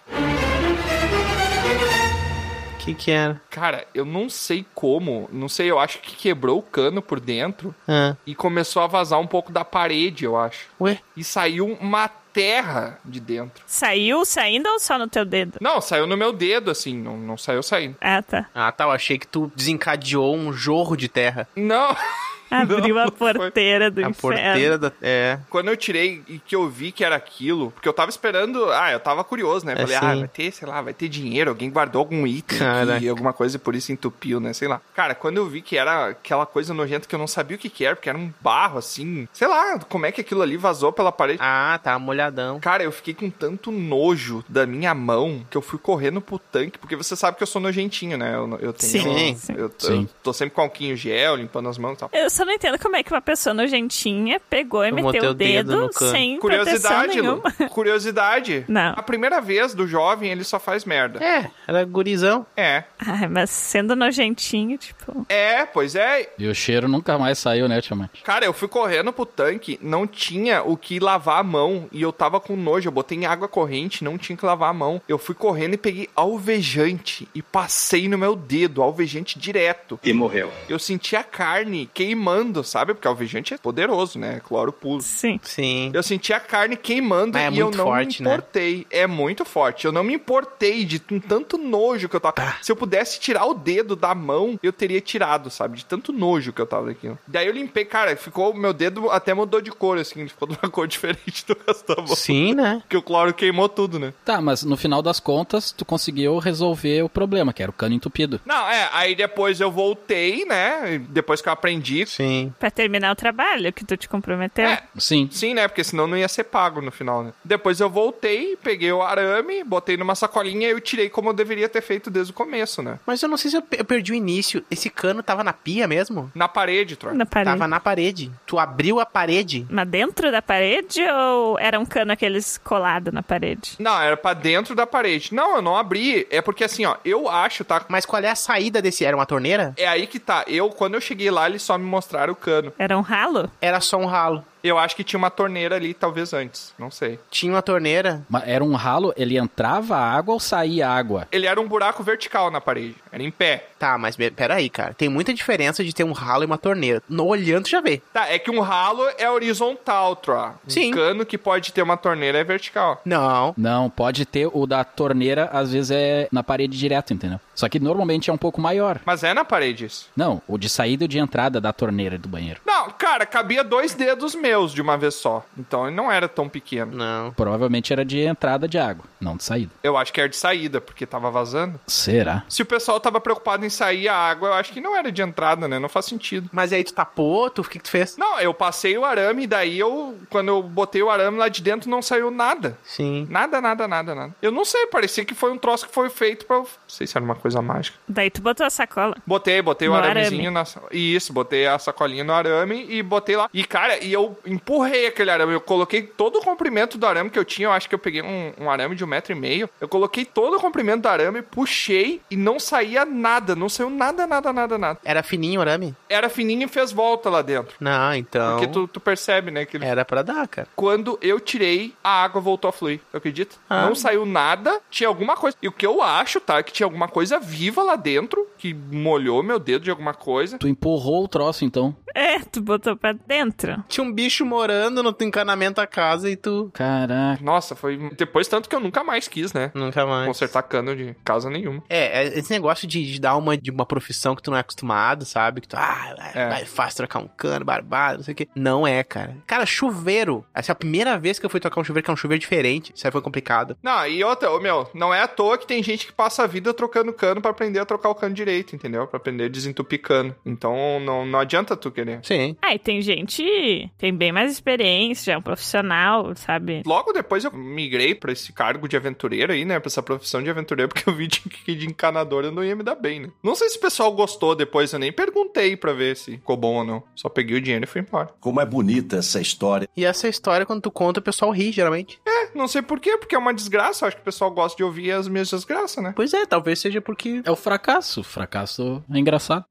A: O que que era?
B: Cara, eu não sei como, não sei, eu acho que quebrou o cano por dentro
A: Ah.
B: e começou a vazar um pouco da parede, eu acho.
A: Ué?
B: E saiu uma terra de dentro.
E: Saiu saindo ou só no teu dedo?
B: Não, saiu no meu dedo, assim, não, não saiu saindo.
E: Ah, tá.
A: Ah, tá, eu achei que tu desencadeou um jorro de terra.
B: Não!
E: Abriu a
B: não foi.
E: porteira do
A: a
E: inferno.
A: porteira da... É.
B: Quando eu tirei e que eu vi que era aquilo, porque eu tava esperando, ah, eu tava curioso, né?
A: É,
B: Falei, ah,
A: sim.
B: vai ter, sei lá, vai ter dinheiro, alguém guardou algum item
A: Caraca.
B: aqui, alguma coisa e por isso entupiu, né? Sei lá. Cara, quando eu vi que era aquela coisa nojenta que eu não sabia o que que era, porque era um barro assim, sei lá, como é que aquilo ali vazou pela parede.
A: Ah, tá, molhadão.
B: Cara, eu fiquei com tanto nojo da minha mão que eu fui correndo pro tanque, porque você sabe que eu sou nojentinho, né? Eu, eu tenho.
A: Sim,
E: sim.
B: Eu, tô-
D: Sim.
B: eu tô sempre com alquinho gel, limpando as mãos e tal.
E: Eu só não entendo como é que uma pessoa nojentinha pegou e
A: Eu
E: meteu
A: botei
E: o
A: o
E: dedo,
A: dedo no cano.
E: sem proteção
B: Curiosidade, Lu.
E: nenhuma.
B: Curiosidade.
E: Não.
B: A primeira vez do jovem, ele só faz merda.
A: É, era gurizão.
B: É.
E: Ai, mas sendo nojentinho, tipo...
B: É, pois é.
D: E o cheiro nunca mais saiu, né, Tiamat?
B: Cara, eu fui correndo pro tanque, não tinha o que lavar a mão e eu tava com nojo. Eu botei em água corrente, não tinha que lavar a mão. Eu fui correndo e peguei alvejante e passei no meu dedo, alvejante direto.
C: E morreu.
B: Eu senti a carne queimando, sabe? Porque alvejante é poderoso, né? Cloro puro.
E: Sim.
A: Sim.
B: Eu senti a carne queimando
A: Mas é
B: e eu
A: muito
B: não
A: forte,
B: me
A: né?
B: importei. É muito forte. Eu não me importei de t- tanto nojo que eu tava.
A: Tá.
B: Se eu pudesse tirar o dedo da mão, eu teria tirado, sabe? De tanto nojo que eu tava daquilo. Daí eu limpei, cara, ficou. Meu dedo até mudou de cor, assim. Ele ficou de uma cor diferente do resto da mão.
A: Sim, né?
B: Porque o cloro queimou tudo, né?
D: Tá, mas no final das contas, tu conseguiu resolver o problema, que era o cano entupido.
B: Não, é, aí depois eu voltei, né? Depois que eu aprendi.
A: Sim.
E: Pra terminar o trabalho que tu te comprometeu.
B: É.
D: Sim.
B: Sim, né? Porque senão não ia ser pago no final, né? Depois eu voltei, peguei o arame, botei numa sacolinha e eu tirei como eu deveria ter feito desde o começo, né?
A: Mas eu não sei se eu, pe- eu perdi o início. Esse cano tava na pia mesmo?
B: Na parede, troca.
E: Na parede.
A: Tava na parede. Tu abriu a parede.
E: Mas dentro da parede ou era um cano aqueles colado na parede?
B: Não, era pra dentro da parede. Não, eu não abri. É porque assim, ó, eu acho, tá?
A: Mas qual é a saída desse? Era uma torneira?
B: É aí que tá. Eu, quando eu cheguei lá, eles só me mostraram o cano.
E: Era um ralo?
A: Era só um ralo.
B: Eu acho que tinha uma torneira ali, talvez antes. Não sei.
A: Tinha uma torneira.
D: Mas era um ralo, ele entrava água ou saía água?
B: Ele era um buraco vertical na parede. Era em pé.
A: Tá, mas be- peraí, cara. Tem muita diferença de ter um ralo e uma torneira. No olhando, tu já vê.
B: Tá, é que um ralo é horizontal, Troa. Um
A: Sim.
B: cano que pode ter uma torneira é vertical.
A: Não.
D: Não, pode ter o da torneira, às vezes é na parede direto, entendeu? Só que normalmente é um pouco maior.
B: Mas é na parede isso.
D: Não, o de saída e o de entrada da torneira do banheiro.
B: Não, cara, cabia dois dedos meus de uma vez só. Então ele não era tão pequeno.
A: Não.
D: Provavelmente era de entrada de água, não de saída.
B: Eu acho que era de saída, porque tava vazando.
D: Será?
B: Se o pessoal tava preocupado em sair a água, eu acho que não era de entrada, né? Não faz sentido.
A: Mas aí tu tapou, tu, o que que tu fez?
B: Não, eu passei o arame e daí eu, quando eu botei o arame lá de dentro, não saiu nada.
A: Sim.
B: Nada, nada, nada, nada. Eu não sei, parecia que foi um troço que foi feito pra. eu- Não sei se era uma coisa mágica.
E: Daí tu botou a sacola.
B: Botei, botei o
E: No
B: aramezinho na. Isso, botei a sacolinha no arame e botei lá. E, cara, e eu empurrei aquele arame. Eu coloquei todo o comprimento do arame que eu tinha. Eu acho que eu peguei um, um arame de um metro e meio. Eu coloquei todo o comprimento do arame, puxei e não saía nada. Não saiu nada, nada, nada, nada.
A: Era fininho o arame?
B: Era fininho e fez volta lá dentro.
A: Não, então.
B: Porque tu, tu percebe, né? Que ele-
A: Era pra dar, cara.
B: Quando eu tirei, a água voltou a fluir. Tu acredita?
A: Ah.
B: Não saiu nada, tinha alguma coisa. E o que eu acho, tá? é Que tinha alguma coisa viva lá dentro, que molhou meu dedo de alguma coisa.
D: Tu empurrou o troço, então.
E: É, tu botou pra dentro.
A: Tinha um bicho morando no teu encanamento da casa e tu.
D: Caraca.
B: Nossa, foi. Depois tanto que eu nunca mais quis, né?
A: Nunca mais.
B: Consertar cano de casa nenhuma.
A: É, é, esse negócio de, de dar uma de uma profissão que tu não é acostumado, sabe? Que tu, ah,
B: É.
A: é. vai fácil trocar um cano, barbado, não sei o quê. Não é, cara. Cara, chuveiro. Essa é a primeira vez que eu fui trocar um chuveiro, que é um chuveiro diferente. Isso aí foi complicado.
B: Não, e outra, ô, meu, não é à toa que tem gente que passa a vida trocando cano pra aprender a trocar o cano direito, entendeu? Pra aprender a desentupir cano. Então não, não adianta tu querer.
A: Sim.
E: Ah, e tem gente, tem bem mais experiência, é um profissional, sabe?
B: Logo depois eu migrei pra esse cargo de aventureiro aí, né? Pra essa profissão de aventureiro, porque eu vi de- que de encanador eu não ia me dar bem, né? Não sei se o pessoal gostou depois, eu nem perguntei pra ver se ficou bom ou não. Só peguei o dinheiro e fui embora.
I: Como é bonita essa história.
A: E essa história, quando tu conta, o pessoal ri, geralmente.
B: É, não sei porquê, porque é uma desgraça. eu Acho que o pessoal gosta de ouvir as minhas desgraças, né?
A: Pois é, talvez seja porque.
D: É o fracasso. O fracasso é engraçado.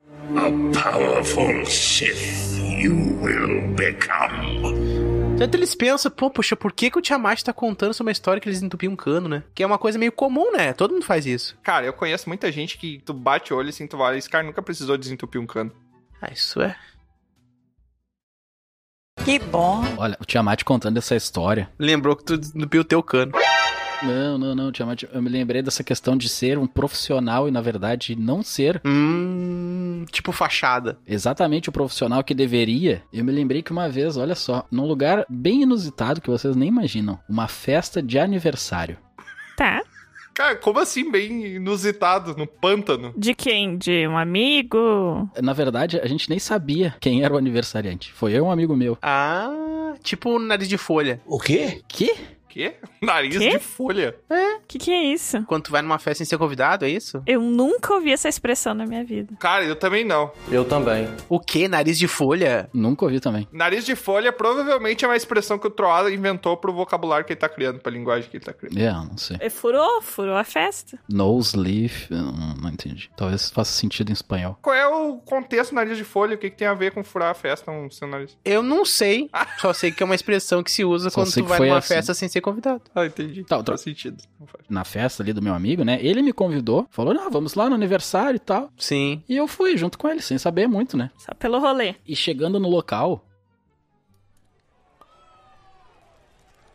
F: Powerful Sith you will become.
A: Tanto eles pensam, pô, poxa, por que, que o Tiamat tá contando sobre uma história que eles entupiam um cano, né? Que é uma coisa meio comum, né? Todo mundo faz isso.
B: Cara, eu conheço muita gente que tu bate o olho assim, tu vai, esse cara nunca precisou desentupir um cano.
A: Ah, isso é.
F: Que bom.
D: Olha, o Tiamat contando essa história.
A: Lembrou que tu entupiu o teu cano.
D: Não, não, não, Tiamat. Eu me lembrei dessa questão de ser um profissional e, na verdade, não ser
A: Hum. Tipo fachada.
D: exatamente o profissional que deveria. Eu me lembrei que uma vez, olha só, num lugar bem inusitado que vocês nem imaginam uma festa de aniversário.
E: Tá.
B: Cara, como assim bem inusitado, no pântano?
E: De quem? De um amigo?
D: Na verdade, a gente nem sabia quem era o aniversariante. Foi eu e um amigo meu.
A: Ah, tipo nariz de folha.
I: O quê?
D: Que?
B: Quê? Nariz
E: Quê?
B: de folha.
E: Que que é isso?
A: Quando tu vai numa festa sem ser convidado, é isso?
E: Eu nunca ouvi essa expressão na minha vida.
B: Cara, eu também não.
I: Eu também.
A: O quê? Nariz de folha?
D: Nunca ouvi também.
B: Nariz de folha provavelmente é uma expressão que o Troada inventou pro vocabulário que ele tá criando, pra linguagem que ele tá criando.
D: É, não sei.
E: É, Furou, furou a festa.
D: Nose leaf, eu não, não entendi. Talvez faça sentido em espanhol.
B: Qual é o contexto do nariz de folha? O que, que tem a ver com furar a festa no seu nariz?
A: Eu não sei. Só sei que é uma expressão que se usa
D: Só
A: quando
D: sei
A: tu
D: que
A: vai
D: foi
A: numa
D: assim.
A: festa sem ser convidado.
B: Ah, entendi.
D: Tá, o Tro-
B: Faz sentido. Não faz.
D: Na festa ali do meu amigo, né? Ele me convidou, falou: não, vamos lá no aniversário e tal.
A: Sim.
D: E eu fui junto com ele, sem saber muito, né?
E: Só pelo rolê.
D: E chegando no local,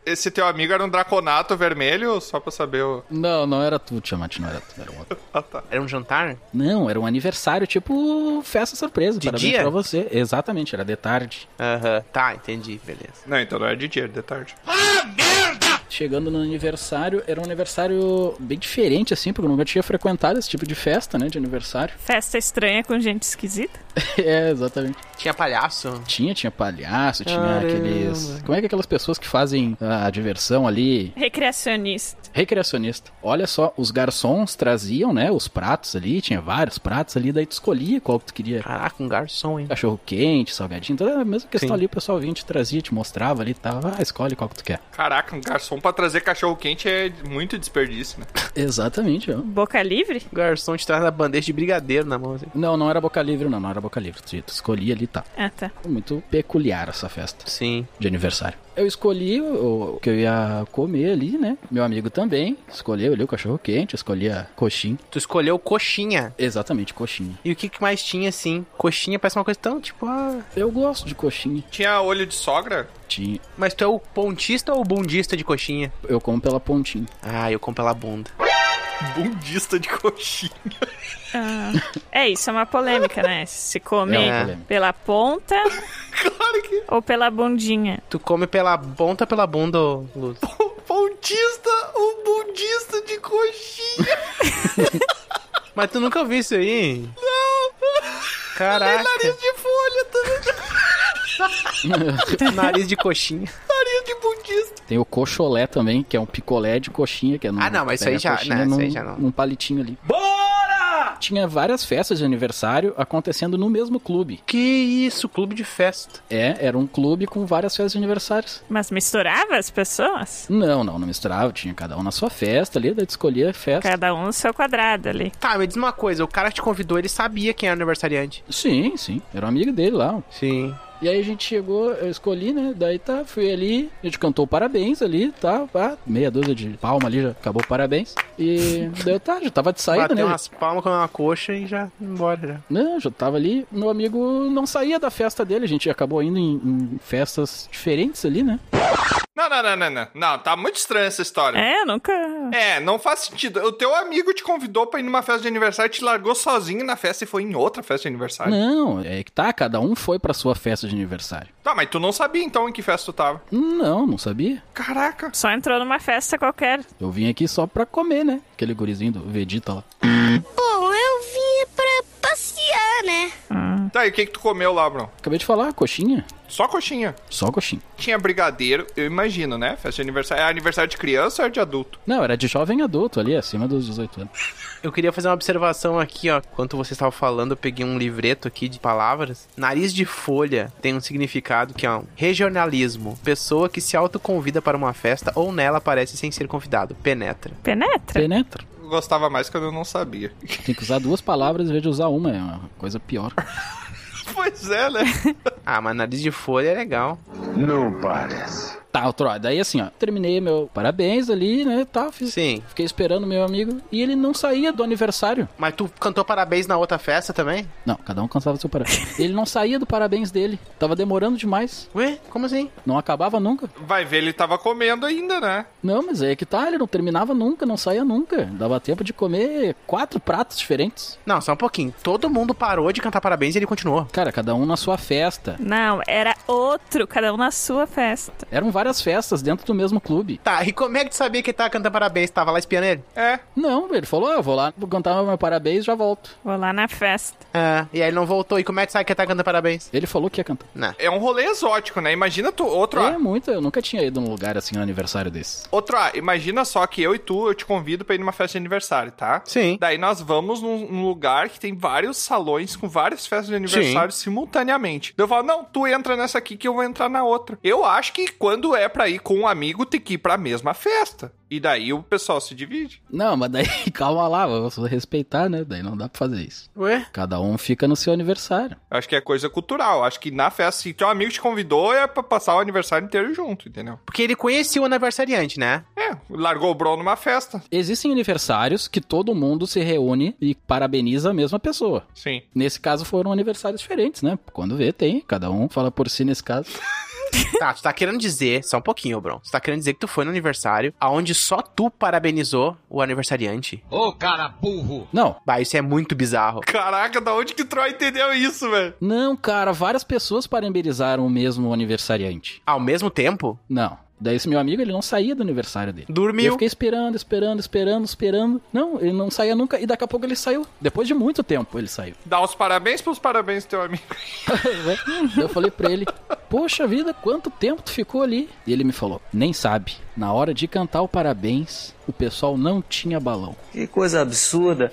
B: Esse teu amigo era um draconato vermelho, só pra saber o...
D: não, não era tu, Tiamat, não era tu, era um outro.
B: Ah, tá.
A: Era um jantar?
D: Não, era um aniversário, tipo festa surpresa.
A: De
D: Parabéns
A: dia?
D: pra você. Exatamente, era de tarde.
A: Aham. Tá, entendi. Beleza.
B: Não, então não era de dia, era de tarde.
D: Chegando no aniversário, era um aniversário bem diferente, assim, porque eu nunca tinha frequentado esse tipo de festa, né? De aniversário.
E: Festa estranha com gente esquisita.
D: é, exatamente.
A: Tinha palhaço?
D: Tinha, tinha palhaço, tinha
A: Caramba.
D: aqueles. Como é que aquelas pessoas que fazem a diversão ali?
E: Recreacionista.
D: Recreacionista. Olha só, os garçons traziam, né, os pratos ali, tinha vários pratos ali, daí tu escolhia qual que tu queria.
A: Caraca, um garçom, hein?
D: Cachorro quente, salgadinho, toda a mesma questão
A: Sim.
D: ali, o pessoal vinha, te trazia, te mostrava ali, tava, ah, escolhe qual que tu quer.
B: Caraca, um garçom pra trazer cachorro quente é muito desperdício, né?
D: Exatamente, ó.
E: Boca livre?
A: O garçom te traz a bandeja de brigadeiro na mão. Assim.
D: Não, não era boca livre, não, não era boca livre. Tu, tu escolhia ali, tá.
E: Ah, tá.
D: Muito peculiar essa festa.
A: Sim.
D: de aniversário. Eu escolhi o, o que eu ia comer ali, né? Meu amigo também escolheu ali o cachorro quente, escolhi a coxinha.
A: Tu escolheu coxinha.
D: Exatamente, coxinha.
A: E o que, que mais tinha, assim? Coxinha parece uma coisa tão, tipo, ah...
D: Eu gosto de coxinha.
B: Tinha olho de sogra?
D: Tinha-
A: Mas tu é o pontista ou o bundista de coxinha?
D: Eu como pela pontinha.
A: Ah, eu compro pela bunda.
B: Bundista de coxinha.
E: Ah. É isso, é uma polêmica, né? Se come
D: É uma polêmica.
E: pela ponta
B: Claro que
E: ou pela bundinha.
A: Tu come pela ponta pela bunda, ô, Luz?
B: Pontista, um bundista de coxinha.
A: Mas tu nunca ouviu isso aí? Não! Caraca!
B: Nariz de folha também.
A: Nariz de coxinha.
B: Nariz de bundista.
D: Tem o cocholé também, que é um picolé de coxinha, que é num,
A: Ah, não, mas isso
D: pega
A: aí já-
D: a coxinha
A: não, isso
D: num,
A: aí já não.
D: num palitinho ali.
I: Bora!
D: Tinha várias festas de aniversário acontecendo no mesmo clube.
A: Que isso, clube de festa.
D: É, era um clube com várias festas de aniversários.
E: Mas misturava as pessoas?
D: Não, não, não misturava. Tinha cada um na sua festa ali, daí tu escolhia a festa.
E: Cada um no seu quadrado ali.
A: Tá, me diz uma coisa, o cara que te convidou, ele sabia quem era o aniversariante.
D: Sim, sim. Era um amigo dele lá.
A: Sim.
D: E aí a gente chegou, eu escolhi, né? Daí tá, fui ali, a gente cantou parabéns ali, tá, pá, meia dúzia de palma ali, já acabou parabéns. E daí eu tá, já tava de saída,
A: Bateu
D: né?
A: umas palmas com uma coxa e já embora já.
D: Não, já tava ali. Meu amigo não saía da festa dele, a gente acabou indo em, em festas diferentes ali, né?
B: Não, não, não, não, não. Não, tá muito estranha essa história.
E: É, nunca.
B: É, não faz sentido. O teu amigo te convidou pra ir numa festa de aniversário, te largou sozinho na festa e foi em outra festa de
A: Tá.
B: aniversário.
D: Não, é que tá, cada um foi pra sua festa de aniversário.
B: Tá, mas tu não sabia então em que festa tu tava.
D: Não, não sabia.
B: Caraca.
E: Só entrou numa festa qualquer.
D: Eu vim aqui só pra comer, né? Aquele gurizinho do Vegeta lá.
K: Bom, eu vim pra passear, né?
B: Tá, e o que que tu comeu lá, Bruno?
D: Acabei de falar, coxinha.
B: Só coxinha.
D: Só coxinha.
B: Tinha brigadeiro, eu imagino, né? Festa de aniversário. É aniversário de criança ou é de adulto?
D: Não, era de jovem adulto ali, acima dos 18 anos.
A: Eu queria fazer uma observação aqui, ó. Enquanto você estava falando, eu peguei um livreto aqui de palavras. Nariz de folha tem um significado que é um regionalismo. Pessoa que se autoconvida para uma festa ou nela aparece sem ser convidado. Penetra.
D: É.
E: Penetra.
D: Penetra.
B: Eu gostava mais quando eu não sabia.
D: Tem que usar duas palavras em vez de usar uma, é uma coisa pior.
B: pois é, né?
A: Ah, mas nariz de folha é legal.
L: Não parece.
D: Tá, outro, ó, daí assim, ó, terminei meu parabéns ali, né, tal, fiz,
A: Sim.
D: fiquei esperando meu amigo e ele não saía do aniversário.
A: Mas tu cantou parabéns na outra festa também?
D: Não, cada um cansava seu parabéns. Ele não saía do parabéns dele. Tava demorando demais.
A: Ué? Como assim?
D: Não acabava nunca.
B: Vai ver, ele tava comendo ainda, né?
D: Não, mas é que tá, ele não terminava nunca, não saía nunca. Dava tempo de comer quatro pratos diferentes.
A: Não, só um pouquinho. Todo mundo parou de cantar parabéns e ele continuou.
D: Cara, cada um na sua festa.
E: Não, era outro, cada um na sua festa.
D: Eram várias festas dentro do mesmo clube.
A: Tá, e como é que tu sabia que ele tava cantando parabéns? Tava lá espiando ele?
B: É.
D: Não, ele falou, ah, eu vou lá, vou cantar meu parabéns e já volto.
E: Vou lá na festa.
A: Ah, e aí ele não voltou. E como é que tu sabe que ele tá cantando parabéns?
D: Ele falou que ia cantar.
A: Não.
B: É um rolê exótico, né? Imagina tu, outro,
D: É muito, eu nunca tinha ido num lugar assim no aniversário desse.
B: Outro, ah, imagina só que eu e tu, eu te convido pra ir numa festa de aniversário, tá?
A: Sim.
B: Daí nós vamos num, num lugar que tem vários salões com várias festas de aniversário simultaneamente. Daí eu falo, não, tu entra nessa aqui que eu vou entrar na outra. Eu acho que quando é pra ir com um amigo, tem que ir pra mesma festa. E daí o pessoal se divide.
D: Não, mas daí, calma lá, vamos respeitar, né? Daí não dá pra fazer isso.
A: Ué?
D: Cada um fica no seu aniversário.
B: Acho que é coisa cultural. Acho que na festa, se teu amigo te convidou, é pra passar o aniversário inteiro junto, entendeu?
A: Porque ele conhecia o aniversariante, né?
B: É, largou o Bron numa festa.
D: Existem aniversários que todo mundo se reúne e parabeniza a mesma pessoa.
B: Sim.
D: Nesse caso foram aniversários diferentes, né? Quando vê, tem. Cada um fala por si nesse caso.
A: Tá, tu tá querendo dizer, só um pouquinho, Bron. Tu tá querendo dizer que tu foi no aniversário aonde só tu parabenizou o aniversariante?
L: Ô, cara burro!
D: Não.
A: Bah, isso é muito bizarro.
B: Caraca, da onde que o Troy entendeu isso, velho?
D: Não, cara, várias pessoas parabenizaram o mesmo aniversariante.
A: Ao mesmo tempo?
D: Não. Daí esse meu amigo, ele não saía do aniversário dele. E eu
A: Dormiu.
D: fiquei esperando, esperando, esperando, esperando. Não, ele não saía nunca. E daqui a pouco ele saiu. Depois de muito tempo ele saiu.
B: Dá os parabéns pros parabéns do teu amigo.
D: Daí Uhum. eu falei pra ele, poxa vida, quanto tempo tu ficou ali? E ele me falou, nem sabe. Na hora de cantar o parabéns, o pessoal não tinha balão.
F: Que coisa absurda.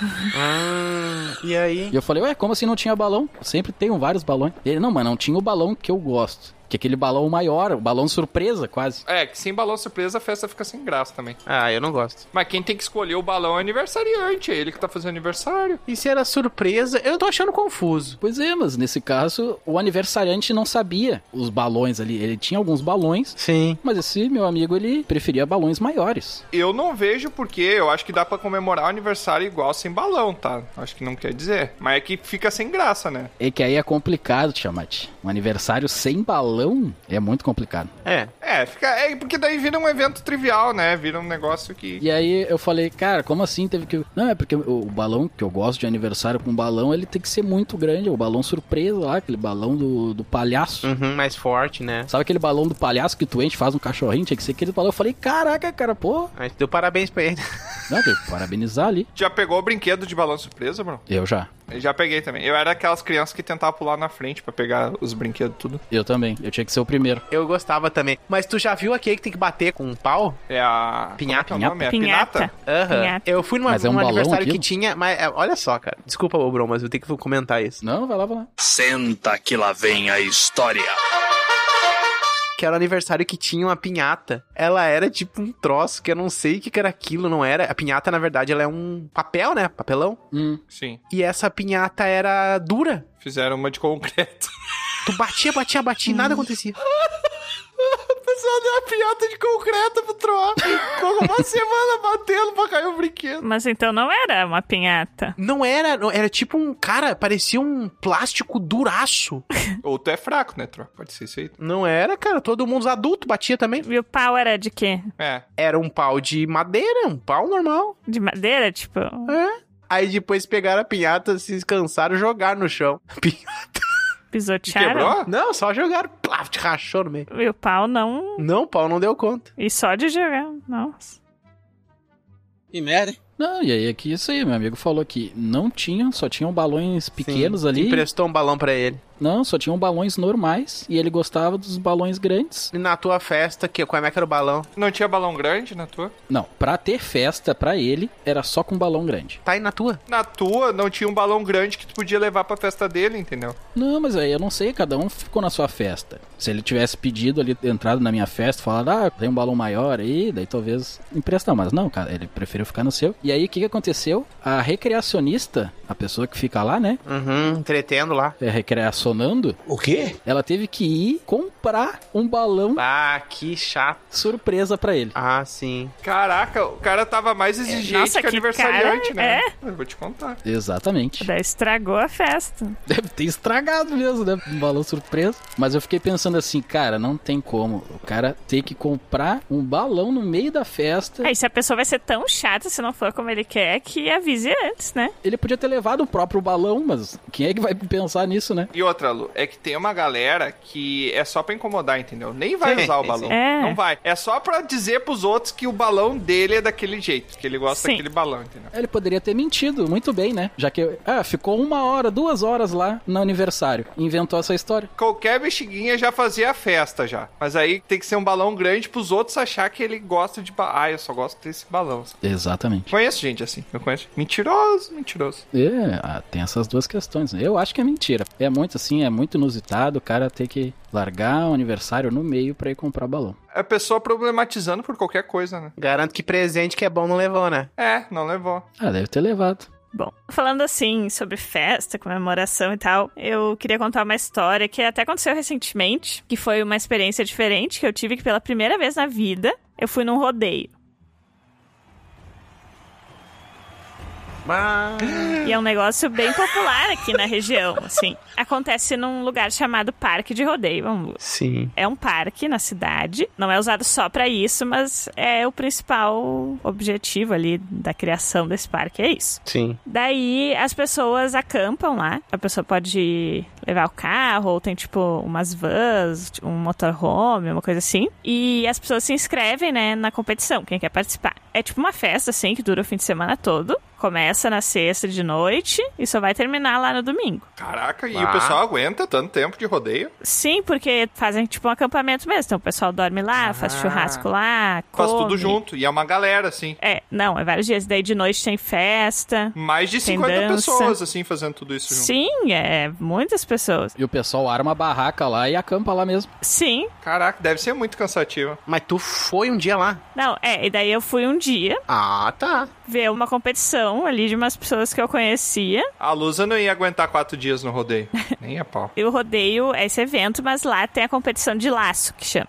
A: Ah, e aí?
D: E eu falei, ué, como assim não tinha balão? Sempre tenho vários balões. Ele, não, mas não tinha o balão que eu gosto. Que é aquele balão maior, o balão surpresa, quase.
B: É, que sem balão surpresa a festa fica sem graça também.
A: Ah, eu não gosto.
B: Mas quem tem que escolher o balão é o aniversariante, é ele que tá fazendo aniversário.
A: E se era surpresa, eu tô achando confuso.
D: Pois é, mas nesse caso, o aniversariante não sabia os balões ali. Ele tinha alguns balões,
A: Sim.
D: mas esse meu amigo, ele preferia balões maiores.
B: Eu não vejo porque eu acho que dá pra comemorar o aniversário igual sem balão, tá? Acho que não quer dizer. Mas é que fica sem graça, né?
D: É que aí é complicado, Tiamat. Um aniversário sem balão é muito complicado.
A: É.
B: É, fica. É porque daí vira um evento trivial, né? Vira um negócio que.
D: E aí eu falei, cara, como assim teve que. Não, é porque o, o balão que eu gosto de aniversário com balão, ele tem que ser muito grande. é O balão surpresa lá, aquele balão do, do palhaço.
A: Uhum, mais forte, né?
D: Sabe aquele balão do palhaço que tu enche, faz um cachorrinho, tinha que ser aquele balão. Eu falei, caraca, cara, pô.
A: Aí tu deu parabéns pra ele.
D: Não, tem que parabenizar ali.
B: Já pegou o brinquedo de balão de surpresa, Bruno?
D: Eu já.
B: Eu já peguei também. Eu era aquelas crianças que tentavam pular na frente pra pegar os brinquedos tudo.
D: Eu também. Eu tinha que ser o primeiro.
A: Eu gostava também. Mas tu já viu aquele que tem que bater com um pau?
B: É a...
A: Pinhata.
B: É nome? É
E: Pinhata.
A: Aham.
E: Pinhata.
A: Eu fui numa,
D: Mas é um
A: num
D: balão
A: aniversário que
D: aquilo?
A: tinha... Mas é, olha só, cara. Desculpa, ô, Bron, mas eu tenho que comentar isso.
D: Não, vai lá, vai lá.
M: Senta que lá vem a história.
A: que era o aniversário que tinha uma pinhata. Ela era tipo um troço que eu não sei o que que era aquilo, não era? A pinhata, na verdade, ela é um papel, né? Papelão.
D: Hum.
B: Sim.
A: E essa pinhata era dura.
B: Fizeram uma de concreto.
A: Tu batia, batia, batia e nada acontecia.
B: O pessoal deu uma pinhata de concreto pro Troá. Ficou uma semana assim, batendo pra cair o brinquedo.
E: Mas então não era uma pinhata.
A: Não era, não- era tipo um cara, parecia um plástico duraço.
B: Ou tu é fraco, né, Troá? Pode ser isso aí.
A: Não era, cara, todo mundo adulto batia também.
E: E o pau era de quê?
B: É.
A: Era um pau de madeira, um pau normal.
E: De madeira, tipo?
A: Aí depois pegaram a pinhata, se cansaram, jogaram no chão.
B: E
E: Pisotearam?
B: quebrou?
A: Não, só jogaram, plá, rachou no meio.
E: E o pau não...
A: Não, o pau não deu conta.
E: E só de jogar, nossa.
F: Que merda, hein?
D: Não, e aí é que isso aí, meu amigo falou que não tinha, só tinham balões pequenos
A: Sim,
D: ali.
A: Emprestou um balão pra ele.
D: Não, só tinham balões normais e ele gostava dos balões grandes.
A: E na tua festa, que, como é que era o balão?
B: Não tinha balão grande na tua?
D: Não, pra ter festa pra ele era só com balão grande.
A: Tá aí na tua.
B: Na tua, não tinha um balão grande que tu podia levar pra festa dele, entendeu?
D: Não, mas aí eu não sei, cada um ficou na sua festa. Se ele tivesse pedido ali, entrado na minha festa, falado, ah, tem um balão maior aí, daí talvez empresta, mas não, cara, ele preferiu ficar no seu. E aí o que, que aconteceu? A recreacionista, a pessoa que fica lá, né?
A: Uhum, entretendo lá.
D: É, recreacionando,
F: O quê?
D: ela teve que ir comprar um balão
A: Ah, que chato.
D: surpresa pra ele.
A: Ah, sim.
B: Caraca, o cara tava mais exigente
E: É, nossa,
B: que
E: que
B: aniversariante,
E: cara, é.
B: né? Eu vou te contar.
D: Exatamente.
E: Daí estragou a festa.
D: Deve ter estragado mesmo, né? Um balão surpresa. Mas eu fiquei pensando assim, cara, não tem como. O cara tem que comprar um balão no meio da festa.
E: Aí se a pessoa vai ser tão chata se não for como ele quer, que avise antes, né?
D: Ele podia ter levado o próprio balão, mas quem é que vai pensar nisso, né?
B: E outra, Lu, é que tem uma galera que é só pra incomodar, entendeu? Nem vai usar o balão.
E: É.
B: Não vai. É só pra dizer pros outros que o balão dele é daquele jeito, que ele gosta
E: Sim.
B: daquele balão, entendeu?
D: Ele poderia ter mentido, muito bem, né? Já que, ah, ficou uma hora, duas horas lá no aniversário. Inventou essa história.
B: Qualquer bexiguinha já fazia a festa já. Mas aí tem que ser um balão grande pros outros achar que ele gosta de. ba- Ah, eu só gosto desse balão.
D: Exatamente.
B: Conheço gente assim, eu conheço. Mentiroso, mentiroso.
D: É, ah, tem essas duas questões. né? Eu acho que é mentira. É muito assim, é muito inusitado o cara ter que largar o aniversário no meio pra ir comprar balão.
B: É a pessoa problematizando por qualquer coisa, né?
A: Garanto que presente que é bom não levou, né?
B: É, não levou.
D: Ah, deve ter levado.
E: Bom, falando assim sobre festa, comemoração e tal, eu queria contar uma história que até aconteceu recentemente, que foi uma experiência diferente que eu tive que pela primeira vez na vida eu fui num rodeio. E é um negócio bem popular aqui na região, assim. Acontece num lugar chamado Parque de Rodeio, é um
A: Sim.
E: é um parque na cidade. Não é usado só pra isso, mas é o principal objetivo ali da criação desse parque, é isso.
A: Sim.
E: Daí as pessoas acampam lá. A pessoa pode levar o carro, ou tem tipo umas vans, um motorhome, uma coisa assim. E as pessoas se inscrevem, né, na competição, quem quer participar. É tipo uma festa, assim, que dura o fim de semana todo. Começa na sexta de noite e só vai terminar lá no domingo.
B: Caraca, e
A: Ah.
B: o pessoal aguenta tanto tempo de rodeio?
E: Sim, porque fazem tipo um acampamento mesmo. Então o pessoal dorme lá, faz churrasco lá, come.
B: Ah. Faz tudo junto. E é uma galera, assim.
E: É, não, é vários dias. Daí de noite tem festa.
B: Mais de
E: Tem
B: 50
E: dança.
B: pessoas, assim, fazendo tudo isso junto.
E: Sim, é muitas pessoas.
D: E o pessoal arma a barraca lá e acampa lá mesmo.
E: Sim.
B: Caraca, deve ser muito cansativo.
A: Mas tu foi um dia lá.
E: Não, é, e daí eu fui um dia
A: Ah, tá.
E: ver uma competição ali de umas pessoas que eu conhecia.
B: A Lusa não ia aguentar quatro dias no rodeio. Nem a pau.
E: Eu rodeio esse evento, mas lá tem a competição de laço, que chama.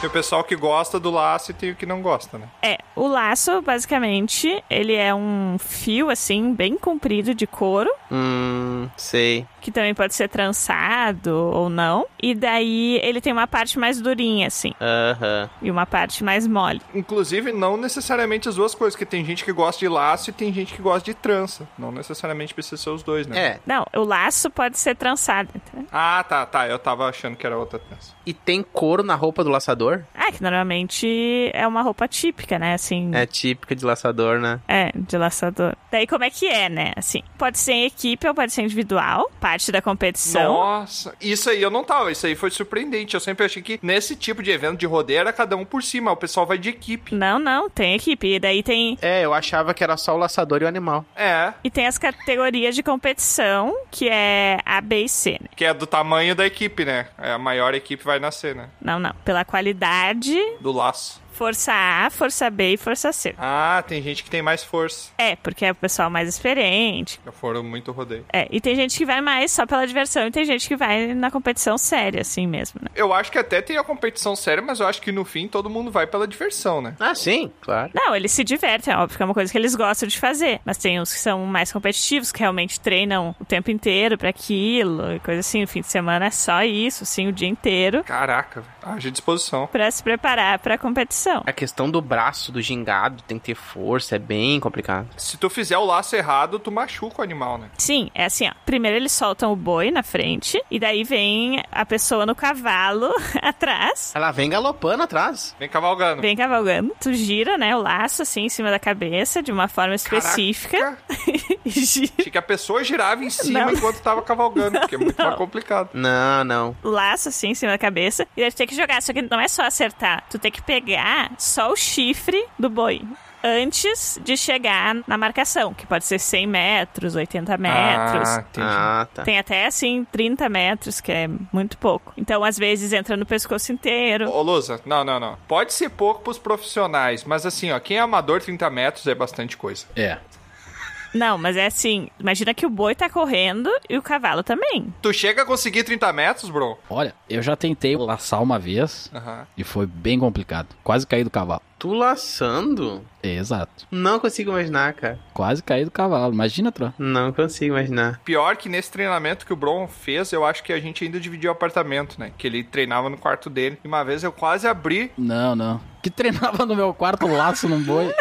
B: Tem o pessoal que gosta do laço e tem o que não gosta, né?
E: É, o laço, basicamente, ele é um fio, assim, bem comprido de couro.
A: Hum, sei.
E: que também pode ser trançado ou não. E daí ele tem uma parte mais durinha, assim.
A: Aham.
E: E uma parte mais mole.
B: Inclusive, não necessariamente as duas coisas, que tem gente que gosta de laço e tem gente que gosta de trança. Não necessariamente precisa ser os dois, né?
A: É.
E: Não, o laço pode ser trançado. entendeu?
B: Ah, tá, tá. Eu tava achando que era outra trança.
A: E tem couro na roupa do laçador?
E: Ah, que normalmente é uma roupa típica, né? Assim.
A: É típica de laçador, né?
E: É, de laçador. Daí como é que é, né? Assim, pode ser em equipe ou pode ser individual, parte da competição.
B: Nossa, isso aí eu não tava. Isso aí foi surpreendente. Eu sempre achei que nesse tipo de evento de rodeio era cada um por cima. O pessoal vai de equipe.
E: Não, não, tem equipe. E daí tem.
A: É, eu achava que era só o laçador e o animal.
B: É.
E: E tem as categorias de competição, que é A, B e C, né?
B: Que é do tamanho da equipe, né? É, a maior equipe vai nascer, né?
E: Não, não. Pela qualidade,
B: Do laço.
E: força A, força B e força C.
B: Ah, tem gente que tem mais força.
E: É, porque é o pessoal mais experiente.
B: Eu foram muito rodeio.
E: É, e tem gente que vai mais só pela diversão e tem gente que vai na competição séria, assim mesmo, né?
B: Eu acho que até tem a competição séria, mas eu acho que no fim todo mundo vai pela diversão, né?
A: Ah, sim, claro.
E: Não, eles se divertem, é óbvio que é uma coisa que eles gostam de fazer. Mas tem uns que são mais competitivos, que realmente treinam o tempo inteiro pra aquilo e coisa assim. O fim de semana é só isso, assim, o dia inteiro
B: Caraca, velho. Haja disposição.
E: pra se preparar pra competição.
A: A questão do braço, do gingado, tem que ter força, é bem complicado.
B: Se tu fizer o laço errado, tu machuca o animal, né?
E: Sim, é assim, ó. Primeiro eles soltam o boi na frente e daí vem a pessoa no cavalo atrás.
A: Ela Ah, vem galopando atrás.
B: Vem cavalgando.
E: Vem cavalgando, tu gira, né, o laço assim em cima da cabeça de uma forma específica.
B: Caraca.
E: E gira.
B: Achei que a pessoa girava em cima
E: Não.
B: enquanto tava cavalgando, porque é muito
E: Não.
B: mais complicado.
A: Não, não.
E: o laço assim em cima da cabeça e deve ter que jogar. Só que não é só acertar, tu tem que pegar só o chifre do boi. Antes de chegar na marcação, que pode ser 100 metros, 80 metros.
B: Ah, entendi.
A: Ah, tá.
E: Tem até assim 30 metros, que é muito pouco. Então, às vezes, entra no pescoço inteiro.
B: Ô, Lusa, não, não, não. Pode ser pouco pros profissionais, mas assim, ó, quem é amador, 30 metros é bastante coisa.
D: É.
E: Não, mas é assim: imagina que o boi tá correndo e o cavalo também.
B: Tu chega a conseguir 30 metros, bro?
D: Olha, eu já tentei laçar uma vez
B: Aham.
D: e foi bem complicado. Quase caí do cavalo. É,
A: Tu laçando?
D: Exato.
A: Não consigo imaginar, cara.
D: Quase caí do cavalo. Imagina, Tro.
A: Não consigo imaginar.
B: Pior que nesse treinamento que o Bron fez, eu acho que a gente ainda dividiu o apartamento, né? Que ele treinava no quarto dele. E uma vez eu quase abri.
D: Não, não. Que treinava no meu quarto laço num boi.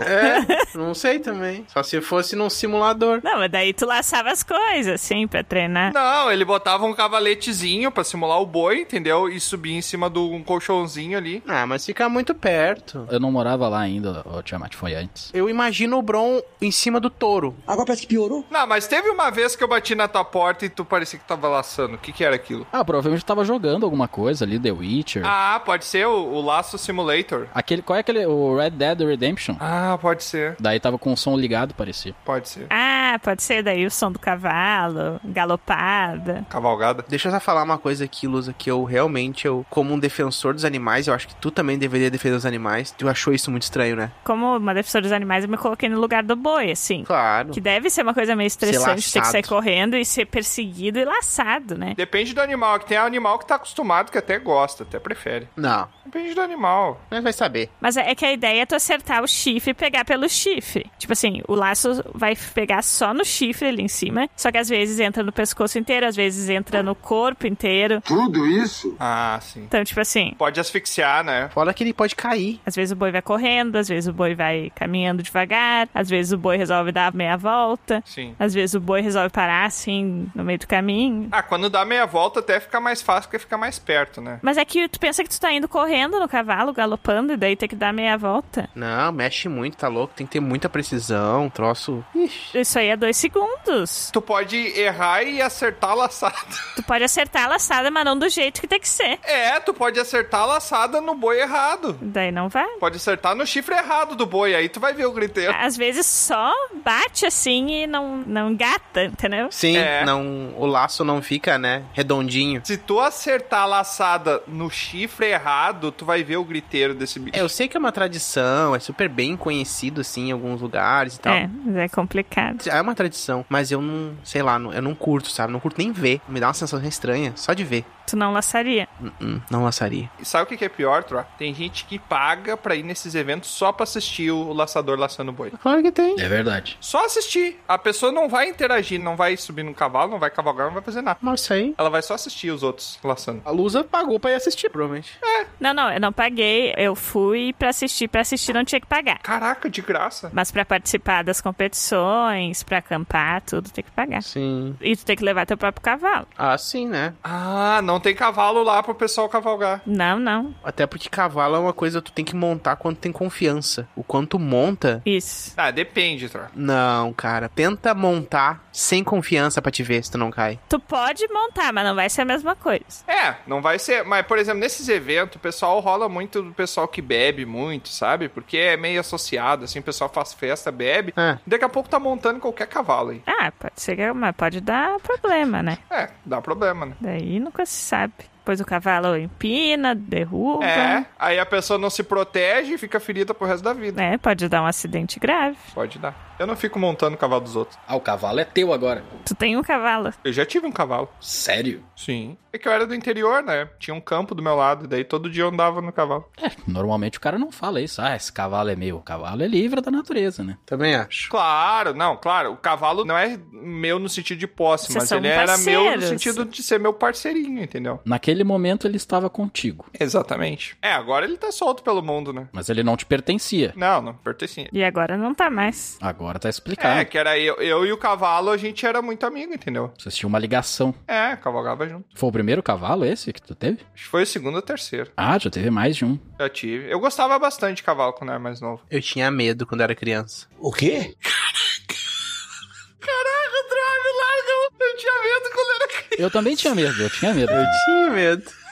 A: É, não sei também. Só se fosse num simulador.
E: Não, mas daí tu laçava as coisas, assim, pra treinar.
B: Não, ele botava um cavaletezinho pra simular o boi, entendeu? E subia em cima de um colchãozinho ali.
A: Ah, mas fica muito perto.
D: Eu não morava lá ainda, ô Tiamat, foi antes.
A: Eu imagino o Bron em cima do touro.
F: Agora parece que piorou.
B: Não, mas teve uma vez que eu bati na tua porta e tu parecia que tava laçando. O que que era aquilo?
D: Ah, provavelmente tava jogando alguma coisa ali, The Witcher.
B: Ah, pode ser o, o Laço Simulator.
D: Aquele, qual é aquele? O Red Dead Redemption.
B: Ah, pode ser,
D: Daí tava com o som ligado, parecia.
B: pode ser.
E: Ah, pode ser daí o som do cavalo, galopada.
B: Cavalgada.
A: Deixa eu só falar uma coisa aqui, Lusa, que eu realmente, eu, como um defensor dos animais, eu acho que tu também deveria defender os animais. Tu achou isso muito estranho, né?
E: como uma defensora dos animais, eu me coloquei no lugar do boi, assim.
A: Claro.
E: Que deve ser uma coisa meio estressante ter que
A: laçado.
E: sair correndo e ser perseguido e laçado, né?
B: Depende do animal, que tem animal que tá acostumado, que até gosta, até prefere.
A: Não,
B: Depende do animal.
A: mas vai saber.
E: Mas é é que a ideia é tu acertar o chifre e pegar pelo chifre. Tipo assim, o laço vai pegar só no chifre ali em cima, só que às vezes entra no pescoço inteiro, às vezes entra no corpo inteiro.
N: Tudo isso?
B: Ah, sim.
E: Então, tipo assim,
B: Pode asfixiar, né?
A: Fora que ele pode cair.
E: às vezes o boi vai correndo, às vezes o boi vai caminhando devagar, às vezes o boi resolve dar meia volta,
B: Sim.
E: às vezes o boi resolve parar assim no meio do caminho.
B: Ah, quando dá meia volta até fica mais fácil, porque fica mais perto, né?
E: Mas é que tu pensa que tu tá indo correndo no cavalo, galopando, e daí tem que dar meia volta.
A: Não, mexe muito, tá louco. Tem que ter muita precisão, troço. Ixi.
E: Isso aí é dois segundos.
B: Tu pode errar e acertar laçado.
E: Tu pode acertar a laçada, mas não do jeito que tem que ser.
B: É, tu pode acertar a laçada no boi errado.
E: Daí não vai.
B: Pode acertar no chifre errado do boi, aí tu vai ver o griteiro.
E: Às vezes só bate assim e não, não engata, entendeu?
A: Sim,
B: É.
A: não, o laço não fica, né? Redondinho.
B: Se tu acertar a laçada no chifre errado, tu vai ver o griteiro desse bicho.
A: É, eu sei que é uma tradição, é super bem conhecido, assim, em alguns lugares e tal.
E: É, mas é complicado.
A: É uma tradição, mas eu não, sei lá, não- eu não curto, sabe? Não curto nem ver. Me dá uma sensação estranha, só de ver.
E: Tu não laçaria.
A: Não, não laçaria.
B: E sabe o que que é pior, Tro? Tem gente que paga pra ir nesses eventos só pra assistir o laçador laçando boi.
A: Claro que tem.
D: É verdade.
B: Só assistir. A pessoa não vai interagir, não vai subir no cavalo, não vai cavalgar, não vai fazer nada.
A: Mas aí.
B: Ela vai só assistir os outros laçando.
A: A Lusa pagou pra ir assistir, provavelmente.
B: É.
E: Não, não, eu não paguei. Eu fui pra assistir. Pra assistir não tinha que pagar.
B: Caraca, de graça.
E: Mas pra participar das competições, pra acampar, tudo tem que pagar.
A: Sim.
E: E tu tem que levar teu próprio cavalo.
A: Ah, sim, né?
B: Ah, não tem cavalo lá pro pessoal cavalgar.
E: Não, não.
A: Até porque cavalo é uma coisa que tu tem que montar quando tem confiança. O quanto monta.
E: Isso.
B: Ah, depende, Tro.
A: Não, cara. Tenta montar sem confiança pra te ver se tu não cai.
E: Tu pode montar, mas não vai ser a mesma coisa.
B: É, não vai ser. Mas, por exemplo, nesses eventos, o pessoal rola muito do pessoal que bebe muito, sabe? Porque é meio associado, assim, o pessoal faz festa, bebe.
A: É.
B: Daqui a pouco tá montando qualquer cavalo aí.
E: Ah, pode ser que. Mas pode dar problema, né?
B: É, dá problema, né?
E: Daí nunca se sabe. Depois o cavalo empina, derruba.
B: É, aí a pessoa não se protege e fica ferida pro resto da vida.
E: É, pode dar um acidente grave.
B: Pode dar. Eu não fico montando o cavalo dos outros.
D: Ah, o cavalo é teu agora.
E: Tu tem um cavalo.
B: Eu já tive um cavalo.
D: Sério?
B: Sim. É que eu era do interior, né? Tinha um campo do meu lado, daí todo dia eu andava no cavalo.
D: É, normalmente o cara não fala isso. Ah, esse cavalo é meu. O cavalo é livre da natureza, né?
A: Também acho.
B: Claro, não, claro. O cavalo não é meu no sentido de posse,
E: Vocês
B: mas
E: são
B: ele era meu no
E: parceiros.
B: sentido de ser meu parceirinho, entendeu?
D: Naquele momento ele estava contigo,
B: Exatamente. É, agora ele tá solto pelo mundo, né?
D: mas ele não te pertencia.
B: Não, não pertencia.
E: E agora não tá mais.
D: Agora tá explicado.
B: É, que era eu, eu e o cavalo, a gente era muito amigo, entendeu?
D: Vocês tinham uma ligação.
B: É, cavalgava junto.
D: Foi o primeiro cavalo esse que tu teve?
B: Acho que foi o segundo ou terceiro.
D: Ah, já teve mais de um.
B: Já tive. Eu gostava bastante de cavalo quando era mais novo.
A: Eu tinha medo quando era criança.
O: O quê?
B: Caraca, Drago, larga! Eu tinha medo quando era criança.
D: Eu também tinha medo, eu tinha medo.
A: Eu tinha medo.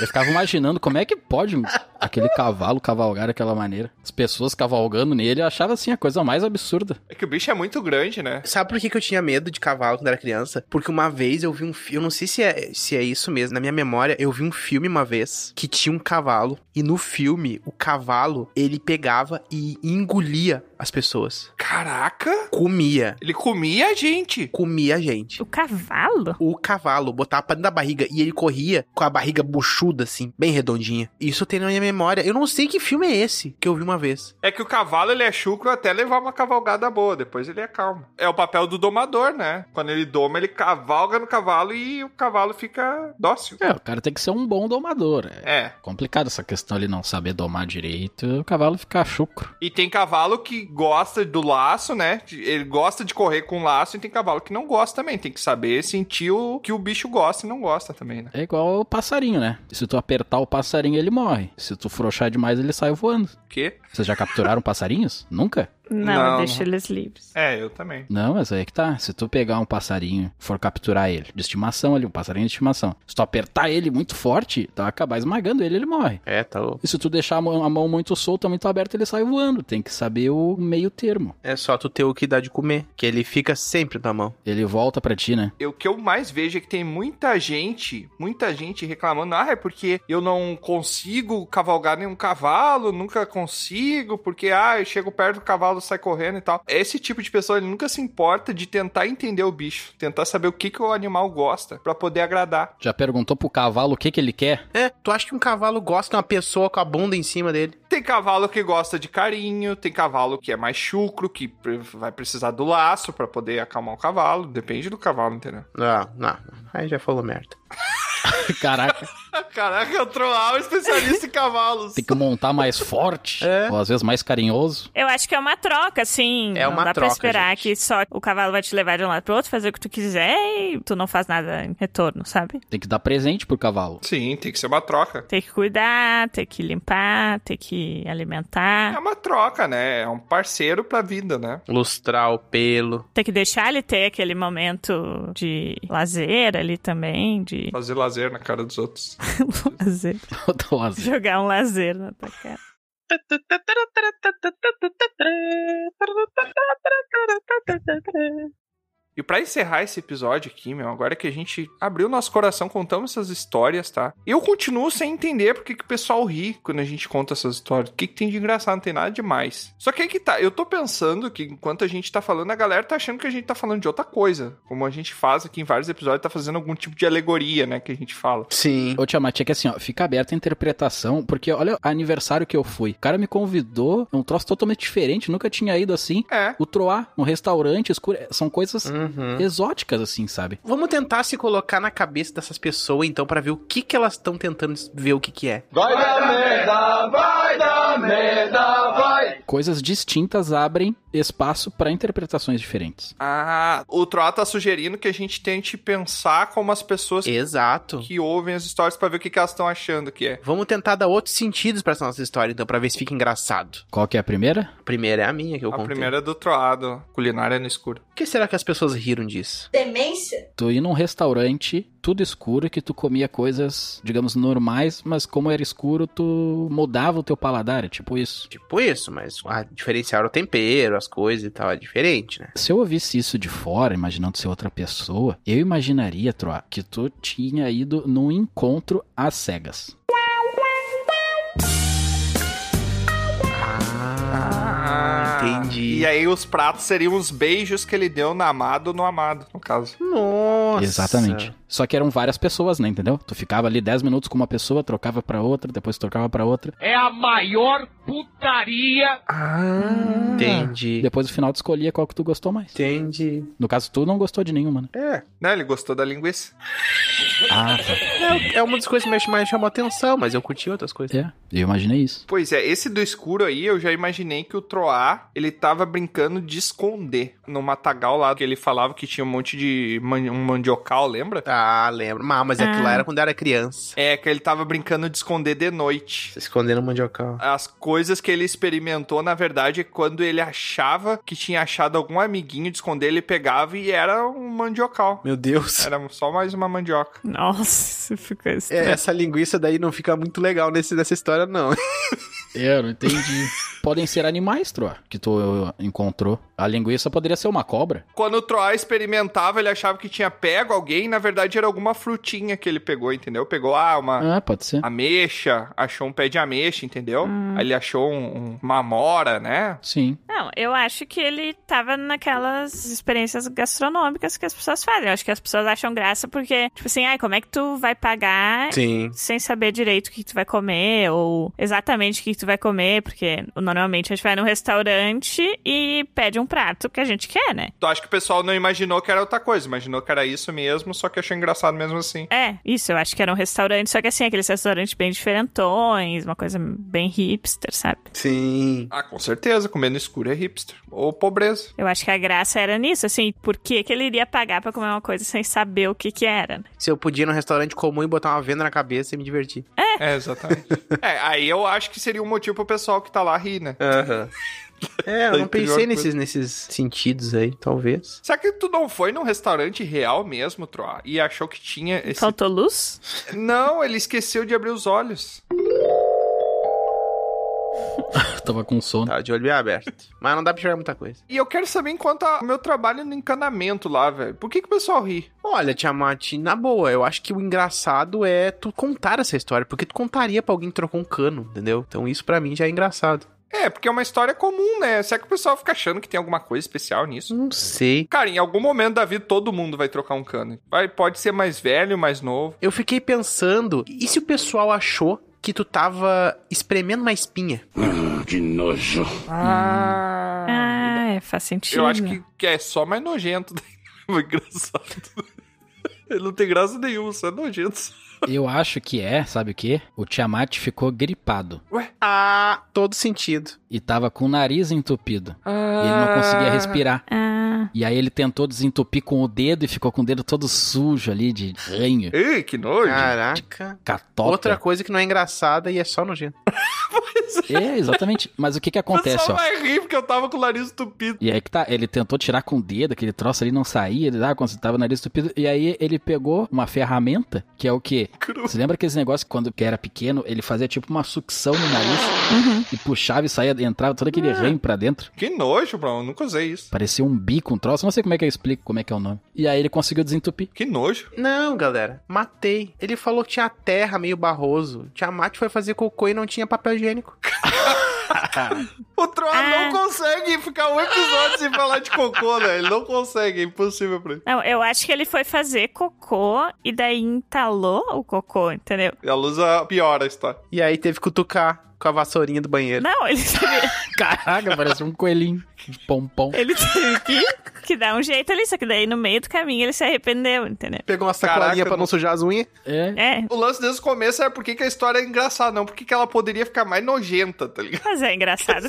D: Eu ficava imaginando como é que pode aquele cavalo cavalgar daquela maneira. As pessoas cavalgando nele, eu achava assim a coisa mais absurda.
B: É que o bicho é muito grande, né?
A: Sabe por que, que eu tinha medo de cavalo quando era criança? Porque uma vez eu vi um filme, eu não sei se é, se é isso mesmo, na minha memória, eu vi um filme uma vez que tinha um cavalo, e no filme, o cavalo, ele pegava e engolia as pessoas.
B: Caraca!
A: Comia.
B: Ele comia a gente.
A: Comia a gente.
E: O cavalo?
A: O cavalo botava pra dentro da barriga e ele corria com a barriga buchuda, assim, bem redondinha. Isso tem na minha memória. Eu não sei que filme é esse que eu vi uma vez.
B: É que o cavalo ele é chucro até levar uma cavalgada boa, depois ele é calmo. É o papel do domador, né? Quando ele doma, ele cavalga no cavalo e o cavalo fica dócil.
D: É, o cara tem que ser um bom domador. É
B: É.
D: complicado essa questão ele não saber domar direito, o cavalo fica chucro.
B: E tem cavalo que gosta do laço, né? Ele gosta de correr com laço e tem cavalo que não gosta também. Tem que saber sentir o que o bicho gosta e não gosta também, né?
D: É igual o passarinho, né? Se tu apertar o passarinho, ele morre. Se tu frouxar demais, ele sai voando.
B: O quê?
D: Vocês já capturaram passarinhos? Nunca?
E: Não,
B: Não,
E: eu deixo eles livres.
B: É, eu também.
D: Não, mas aí é que tá. Se tu pegar um passarinho, for capturar ele, de estimação ali, um passarinho de estimação. Se tu apertar ele muito forte, tu vai acabar esmagando ele, ele morre.
A: É, tá louco.
D: E se tu deixar a mão, a mão muito solta, muito aberta, ele sai voando. Tem que saber o meio termo.
A: É só tu ter o que dá de comer, que ele fica sempre na mão.
D: Ele volta pra ti, né?
B: E O que eu mais vejo é que tem muita gente, muita gente reclamando, ah, é porque eu não consigo cavalgar nenhum cavalo, nunca consigo, porque, ah, eu chego perto do cavalo, sai correndo e tal. Esse tipo de pessoa, ele nunca se importa de tentar entender o bicho, tentar saber o que, que o animal gosta, pra poder agradar.
D: Já perguntou pro cavalo o que que ele quer?
A: É, tu acha que um cavalo gosta de uma pessoa com a bunda em cima dele?
B: Tem cavalo que gosta de carinho, tem cavalo que é mais chucro, que pre- vai precisar do laço pra poder acalmar o cavalo, depende do cavalo, entendeu?
A: Não, Ah, não. Aí já falou merda.
D: Caraca,
B: Caraca, eu troll especialista em cavalos.
D: tem que montar mais forte,
A: É.
D: ou às vezes mais carinhoso.
E: Eu acho que é uma troca, assim.
A: É uma
E: não dá
A: troca,
E: pra esperar
A: gente.
E: que só o cavalo vai te levar de um lado pro outro, fazer o que tu quiser e tu não faz nada em retorno, sabe?
D: Tem que dar presente pro cavalo.
B: Sim, tem que ser uma troca.
E: Tem que cuidar, tem que limpar, tem que alimentar,
B: É uma troca, né? É um parceiro pra vida, né?
A: Lustrar o pelo.
E: tem que deixar ele ter aquele momento de lazer ali também, de
B: Fazer lazer na cara dos outros.
E: lazer.
D: Eu tô vazio.
E: Jogar um lazer na tua cara.
B: E para encerrar esse episódio aqui, meu, agora que a gente abriu nosso coração, contamos essas histórias, tá? Eu continuo sem entender porque que o pessoal ri quando a gente conta essas histórias. O que, que tem de engraçado? Não tem nada demais. Só que aí que tá, eu tô pensando que enquanto a gente tá falando, a galera tá achando que a gente tá falando de outra coisa. Como a gente faz aqui em vários episódios, tá fazendo algum tipo de alegoria, né? Que a gente fala.
D: Sim. Ô, Tiamat, é que assim, ó, fica aberta a interpretação, porque olha o aniversário que eu fui. O cara me convidou, é um troço totalmente diferente, nunca tinha ido assim.
B: É.
D: O Troá, um restaurante escuro, são coisas uhum. exóticas, assim, sabe?
A: Vamos tentar se colocar na cabeça dessas pessoas, então, para ver o que que elas estão tentando ver o que que é.
I: Vai dar merda, vai dar merda, vai!
D: Coisas distintas abrem espaço para interpretações diferentes.
B: Ah, o Troá tá sugerindo que a gente tente pensar como as pessoas
A: Exato.
B: que ouvem as histórias para ver o que, que elas estão achando que é.
A: Vamos tentar dar outros sentidos para essa nossa história, então, para ver se fica engraçado.
D: Qual que é a primeira?
A: A primeira é a minha que eu
B: a
A: contei.
B: primeira é do Troado, culinária no escuro.
A: O que será que as pessoas riram disso?
P: Demência?
D: Tu ir num restaurante tudo escuro que tu comia coisas, digamos, normais, mas como era escuro, tu mudava o teu paladar, é tipo isso.
A: Tipo isso, mas a diferenciar o tempero, as coisas e tal, é diferente, né?
D: Se eu ouvisse isso de fora, imaginando ser outra pessoa, eu imaginaria, Troa, que tu tinha ido num encontro às cegas.
A: Ah, Entendi.
B: Ah, E aí os pratos seriam os beijos que ele deu na amado no amado, no caso.
A: Nossa.
D: Exatamente. Só que eram várias pessoas, né, entendeu? Tu ficava ali 10 minutos com uma pessoa, trocava pra outra, depois trocava pra outra.
I: É a maior putaria.
A: Ah. Entendi.
D: Depois no final tu escolhia qual que tu gostou mais.
A: Entendi.
D: No caso, tu não gostou de nenhuma, né?
B: É. Não, ele gostou da linguiça.
D: Ah, tá.
A: É, é uma das coisas que mais, mais chamou atenção, mas eu curti outras coisas.
D: É, eu imaginei isso.
B: Pois é, esse do escuro aí, eu já imaginei que o Troá, ele tava brincando de esconder no matagal lá, que ele falava que tinha um monte de man um mandiocal, lembra?
A: Ah, lembro. Ah, mas aquilo lá era quando eu era criança.
B: É, que ele tava brincando de esconder de noite.
A: Se esconder no mandiocal.
B: As coisas que ele experimentou, na verdade, é quando ele achava que tinha achado algum amiguinho de esconder, ele pegava e era um mandiocal.
A: Meu Deus.
B: Era só mais uma mandioca.
E: Nossa, ficou estranho.
A: É, essa linguiça daí não fica muito legal nesse, nessa história, não.
D: É, Eu não entendi. Podem ser animais, Troa, que tu encontrou. A linguiça poderia ser uma cobra.
B: Quando o Troá experimentava, ele achava que tinha pego alguém, na verdade era alguma frutinha que ele pegou, entendeu? Pegou, ah, uma
D: Ah, pode ser.
B: ameixa, achou um pé de ameixa, entendeu? Aí ele achou um- um- uma amora, né?
D: Sim.
E: Não, eu acho que ele tava naquelas experiências gastronômicas que as pessoas fazem. Eu acho que as pessoas acham graça porque, tipo assim, ai, como é que tu vai pagar
A: Sim.
E: sem saber direito o que, que tu vai comer ou exatamente o que, que tu vai comer? Porque normalmente a gente vai num restaurante e pede um prato que a gente quer, né?
B: Tu acha Então, que o pessoal não imaginou que era outra coisa, imaginou que era isso mesmo, só que achou engraçado mesmo assim.
E: É, isso, eu acho que era um restaurante, só que assim, aqueles restaurantes bem diferentões, uma coisa bem hipster, sabe?
A: Sim.
B: Ah, com certeza, comendo escuro é hipster. Ou pobreza.
E: Eu acho que a graça era nisso, assim, por que, que ele iria pagar pra comer uma coisa sem saber o que que era, né?
A: Se eu podia ir num restaurante comum e botar uma venda na cabeça e me divertir.
B: É, exatamente. é, aí eu acho que seria um motivo pro pessoal que tá lá rir, né?
A: É, eu
B: Foi
A: não
B: a pior
A: pensei
B: coisa.
A: nesses, nesses sentidos aí, talvez.
B: Será que tu não foi num restaurante real mesmo, Troá? E achou que tinha esse.
E: Faltou luz?
B: Não, ele esqueceu de abrir os olhos.
D: Tava com sono.
A: Tá, de olho bem aberto. Mas não dá pra tirar muita coisa.
B: E eu quero saber enquanto o meu trabalho no encanamento lá, velho. Por que, que o pessoal ri?
A: Olha, Tiamat, na boa, eu acho que o engraçado é tu contar essa história, porque tu contaria pra alguém que trocou um cano, entendeu? Então isso pra mim já é engraçado.
B: É, porque é uma história comum, né? Será que o pessoal fica achando que tem alguma coisa especial nisso?
A: Não sei.
B: Cara, em algum momento da vida todo mundo vai trocar um cano. Vai, pode ser mais velho, mais novo.
A: Eu fiquei pensando, e se o pessoal achou que tu tava espremendo uma espinha?
Q: Que nojo.
B: Ah.
E: Ah, é, faz sentido.
B: Eu acho que, que é só mais nojento. Foi engraçado. Ele não tem graça nenhuma, só é nojento.
D: Eu acho que é, sabe o quê? O Tiamat ficou gripado
B: Ué?
A: Ah, todo sentido.
D: e tava com o nariz entupido.
B: Ah.
D: E ele não conseguia respirar.
E: Ah,
D: E aí ele tentou desentupir com o dedo e ficou com o dedo todo sujo ali de ranho,
B: Ei, que nojo.
D: Ah.
A: Caraca.
D: catota.
A: Outra coisa que não é engraçada e é só nojento.
D: É, exatamente. Mas o que que
B: O
D: acontece,
B: pessoal
D: ó?
B: vai rir porque eu tava com o nariz entupido.
D: E aí que tá, ele tentou tirar com o dedo, aquele troço ali não saía, ele lá, quando você tava o nariz entupido, e aí ele pegou uma ferramenta, que é o quê?
B: Cru.
D: Você lembra aqueles negócios que quando que era pequeno, ele fazia tipo uma sucção no nariz e puxava e saía, entrava todo aquele ranho pra dentro?
B: Que nojo, bro. Eu nunca usei isso.
D: Parecia um bico com um troço, não sei como é que eu explico como é que é o nome. E aí ele conseguiu desentupir.
B: Que nojo.
A: Não, galera, matei. Ele falou que tinha terra meio barroso. Tiamat foi fazer cocô e não tinha papel higiênico.
B: o Troll ah. não consegue ficar um episódio sem falar de cocô, né? Ele não consegue, é impossível pra ele.
E: Não, eu acho que ele foi fazer cocô e daí entalou o cocô, entendeu?
B: E a Lusa piora a história.
A: E aí teve que cutucar com a vassourinha do banheiro.
E: Não, ele teve...
D: Caraca, parece um coelhinho de pompom.
E: Ele teve que, que dar um jeito ali, só que daí no meio do caminho ele se arrependeu, entendeu?
A: Pegou uma sacolinha pra não sujar as unhas.
E: É. é.
B: O lance desde o começo era por que a história é engraçada, não porque ela poderia ficar mais nojenta, tá ligado?
E: Mas é engraçado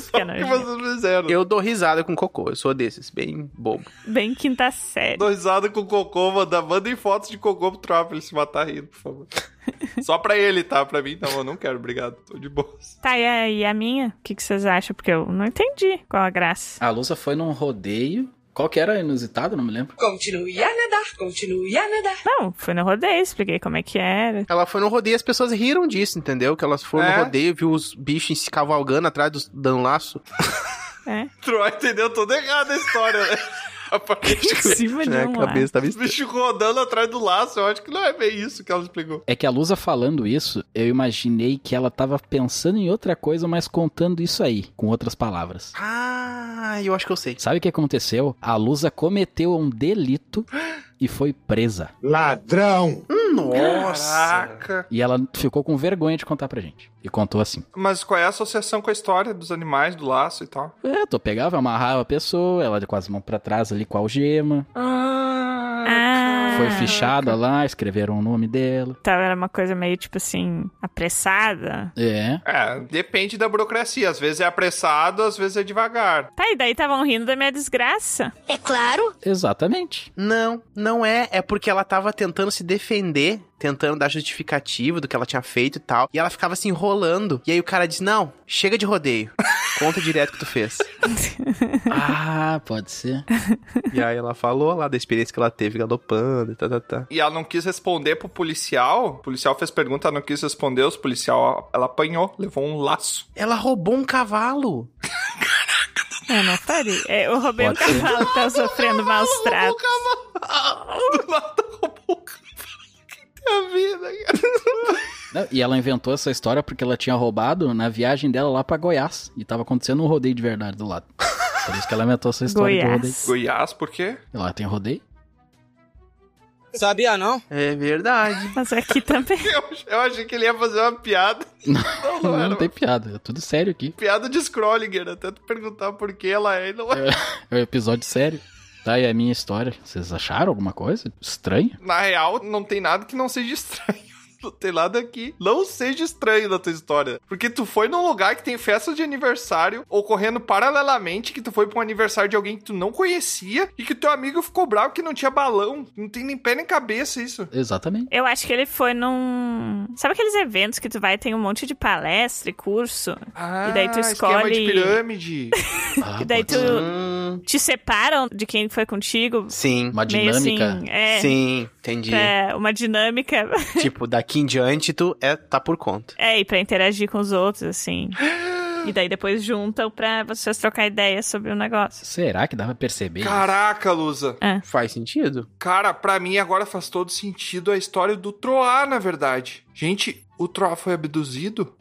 B: porque é nojenta. Que vocês fizeram.
A: Eu dou risada com cocô, eu sou desses, bem bobo.
E: Bem quinta série.
B: Dou risada É. com cocô, manda, mandem fotos de cocô pro Trop, ele se matar rindo, por favor. Só pra ele, tá? Pra mim, não, eu não quero, obrigado. Tô de boas.
E: Tá, e a, e a minha? O que, que vocês acham? Porque eu não entendi qual a graça.
D: A Lusa foi num rodeio. Qual que era inusitado? Não me lembro.
R: Continue a nadar, continue a nadar.
E: Não, foi no rodeio, expliquei como é que era.
A: Ela foi no rodeio, as pessoas riram disso, entendeu? Que elas foram é. no rodeio, viu os bichos se cavalgando atrás do, dando laço.
E: É.
B: Troy entendeu toda errada a história, né?
E: Aparentemente, em cima de um
A: a cabeça tava
B: Os bichos rodando atrás do laço, eu acho que não é bem isso que ela explicou.
D: É que a Lusa falando isso, eu imaginei que ela tava pensando em outra coisa, mas contando isso aí, com outras palavras.
A: Ah, eu acho que eu sei.
D: Sabe o que aconteceu? A Lusa cometeu um delito e foi presa.
A: Ladrão!
B: Nossa! Caraca.
D: E ela ficou com vergonha de contar pra gente. E contou assim.
B: Mas qual é a associação com a história dos animais, do laço e tal?
D: É, tu pegava, amarrava a pessoa, ela com as mãos pra trás ali com a algema.
B: Ah!
E: ah
D: foi fichada lá, escreveram o nome dela.
E: Então era uma coisa meio, tipo assim, apressada.
D: É.
B: É, depende da burocracia. Às vezes é apressado, às vezes é devagar.
E: Tá, e daí estavam rindo da minha desgraça.
S: É claro.
D: Exatamente.
A: Não, não é. É porque ela tava tentando se defender tentando dar justificativa do que ela tinha feito e tal. E ela ficava se enrolando. E aí o cara disse: Não, chega de rodeio. Conta direto o que tu fez.
D: ah, pode ser.
A: E aí ela falou lá da experiência que ela teve galopando e tá, tá, tá.
B: E ela não quis responder pro policial. O policial fez pergunta, ela não quis responder. Os policial, ela apanhou, levou um laço.
A: Ela roubou um cavalo.
E: Eu não faria. É, eu roubei pode um ser. cavalo, tá sofrendo maus tratos.
B: Roubou um cavalo. Do lado roubou um cavalo a vida,
D: Não, e ela inventou essa história porque ela tinha roubado na viagem dela lá para Goiás. E tava acontecendo um rodeio de verdade do lado. Por isso que ela inventou essa história
E: Goiás.
D: do rodeio.
B: Goiás, por quê?
D: Lá tem rodeio.
T: Sabia, não?
A: É verdade.
E: Mas aqui também.
B: Eu, eu achei que ele ia fazer uma piada.
D: Não, não, não, não tem piada. É tudo sério aqui.
B: Piada de Scrollinger. Até tu perguntar por que ela é e não é.
D: É um episódio sério. Tá, e a minha história? Vocês acharam alguma coisa estranha?
B: Na real, não tem nada que não seja estranho. Não tem nada que não seja estranho da tua história. Porque tu foi num lugar que tem festa de aniversário ocorrendo paralelamente que tu foi pra um aniversário de alguém que tu não conhecia e que teu amigo ficou bravo que não tinha balão. Não tem nem pé nem cabeça isso.
D: Exatamente.
E: Eu acho que ele foi num... Sabe aqueles eventos que tu vai tem um monte de palestra e curso?
B: Ah,
E: e daí tu escolhe...
B: esquema de pirâmide.
E: ah, e daí tu...
A: Hum.
E: Ser te separam de quem foi contigo.
A: Sim.
D: Uma dinâmica.
E: Assim, é,
A: Sim, entendi.
E: É, uma dinâmica.
A: tipo, daqui em diante tu é, tá por conta.
E: É, e pra interagir com os outros, assim. E daí depois juntam pra vocês trocar ideias sobre o negócio.
D: Será que dá pra perceber?
B: Caraca, Lusa.
E: É.
A: Faz sentido.
B: Cara, pra mim agora faz todo sentido a história do Troá, na verdade. Gente, o Troá foi abduzido?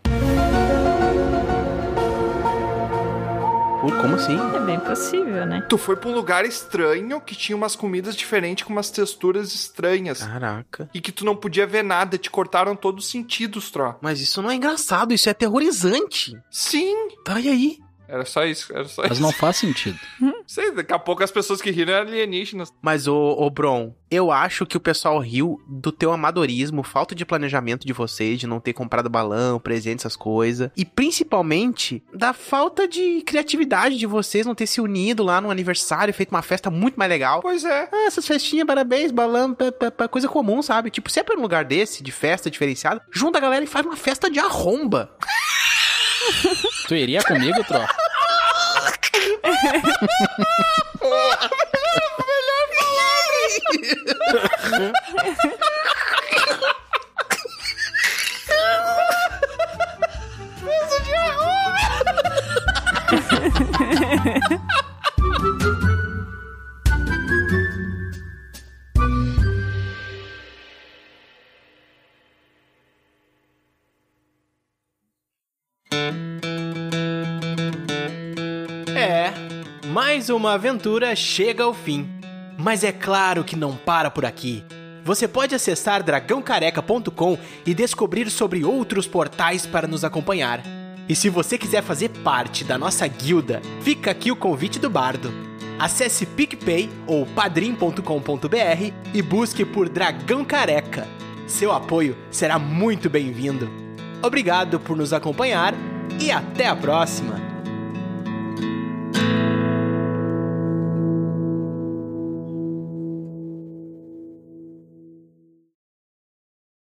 A: Uh, como assim?
E: É bem possível, né?
B: Tu foi pra um lugar estranho que tinha umas comidas diferentes com umas texturas estranhas.
A: Caraca.
B: E que tu não podia ver nada, te cortaram todos os sentidos, Tro.
A: Mas isso não é engraçado, isso é aterrorizante.
B: Sim.
A: Tá, e aí?
B: Era só isso, era só
D: Mas
B: isso.
D: não faz sentido.
B: Sei, daqui a pouco as pessoas que riram eram alienígenas.
A: Mas, ô, ô Bron, eu acho que o pessoal riu do teu amadorismo, falta de planejamento de vocês, de não ter comprado balão, presente, essas coisas. E principalmente da falta de criatividade de vocês não ter se unido lá no aniversário, feito uma festa muito mais legal.
B: Pois é.
A: Ah, essas festinhas, parabéns, balão, pá, pá, pá, coisa comum, sabe? Tipo, sempre num lugar desse, de festa diferenciada, junta a galera e faz uma festa de arromba.
D: tu iria comigo, Tro?
B: Peso de arroba!
U: É, mais uma aventura chega ao fim. Mas é claro que não para por aqui. Você pode acessar dragãocareca.com e descobrir sobre outros portais para nos acompanhar. E se você quiser fazer parte da nossa guilda, fica aqui o convite do bardo. Acesse PicPay ou padrim.com.br e busque por Dragão Careca. Seu apoio será muito bem-vindo. Obrigado por nos acompanhar e até a próxima!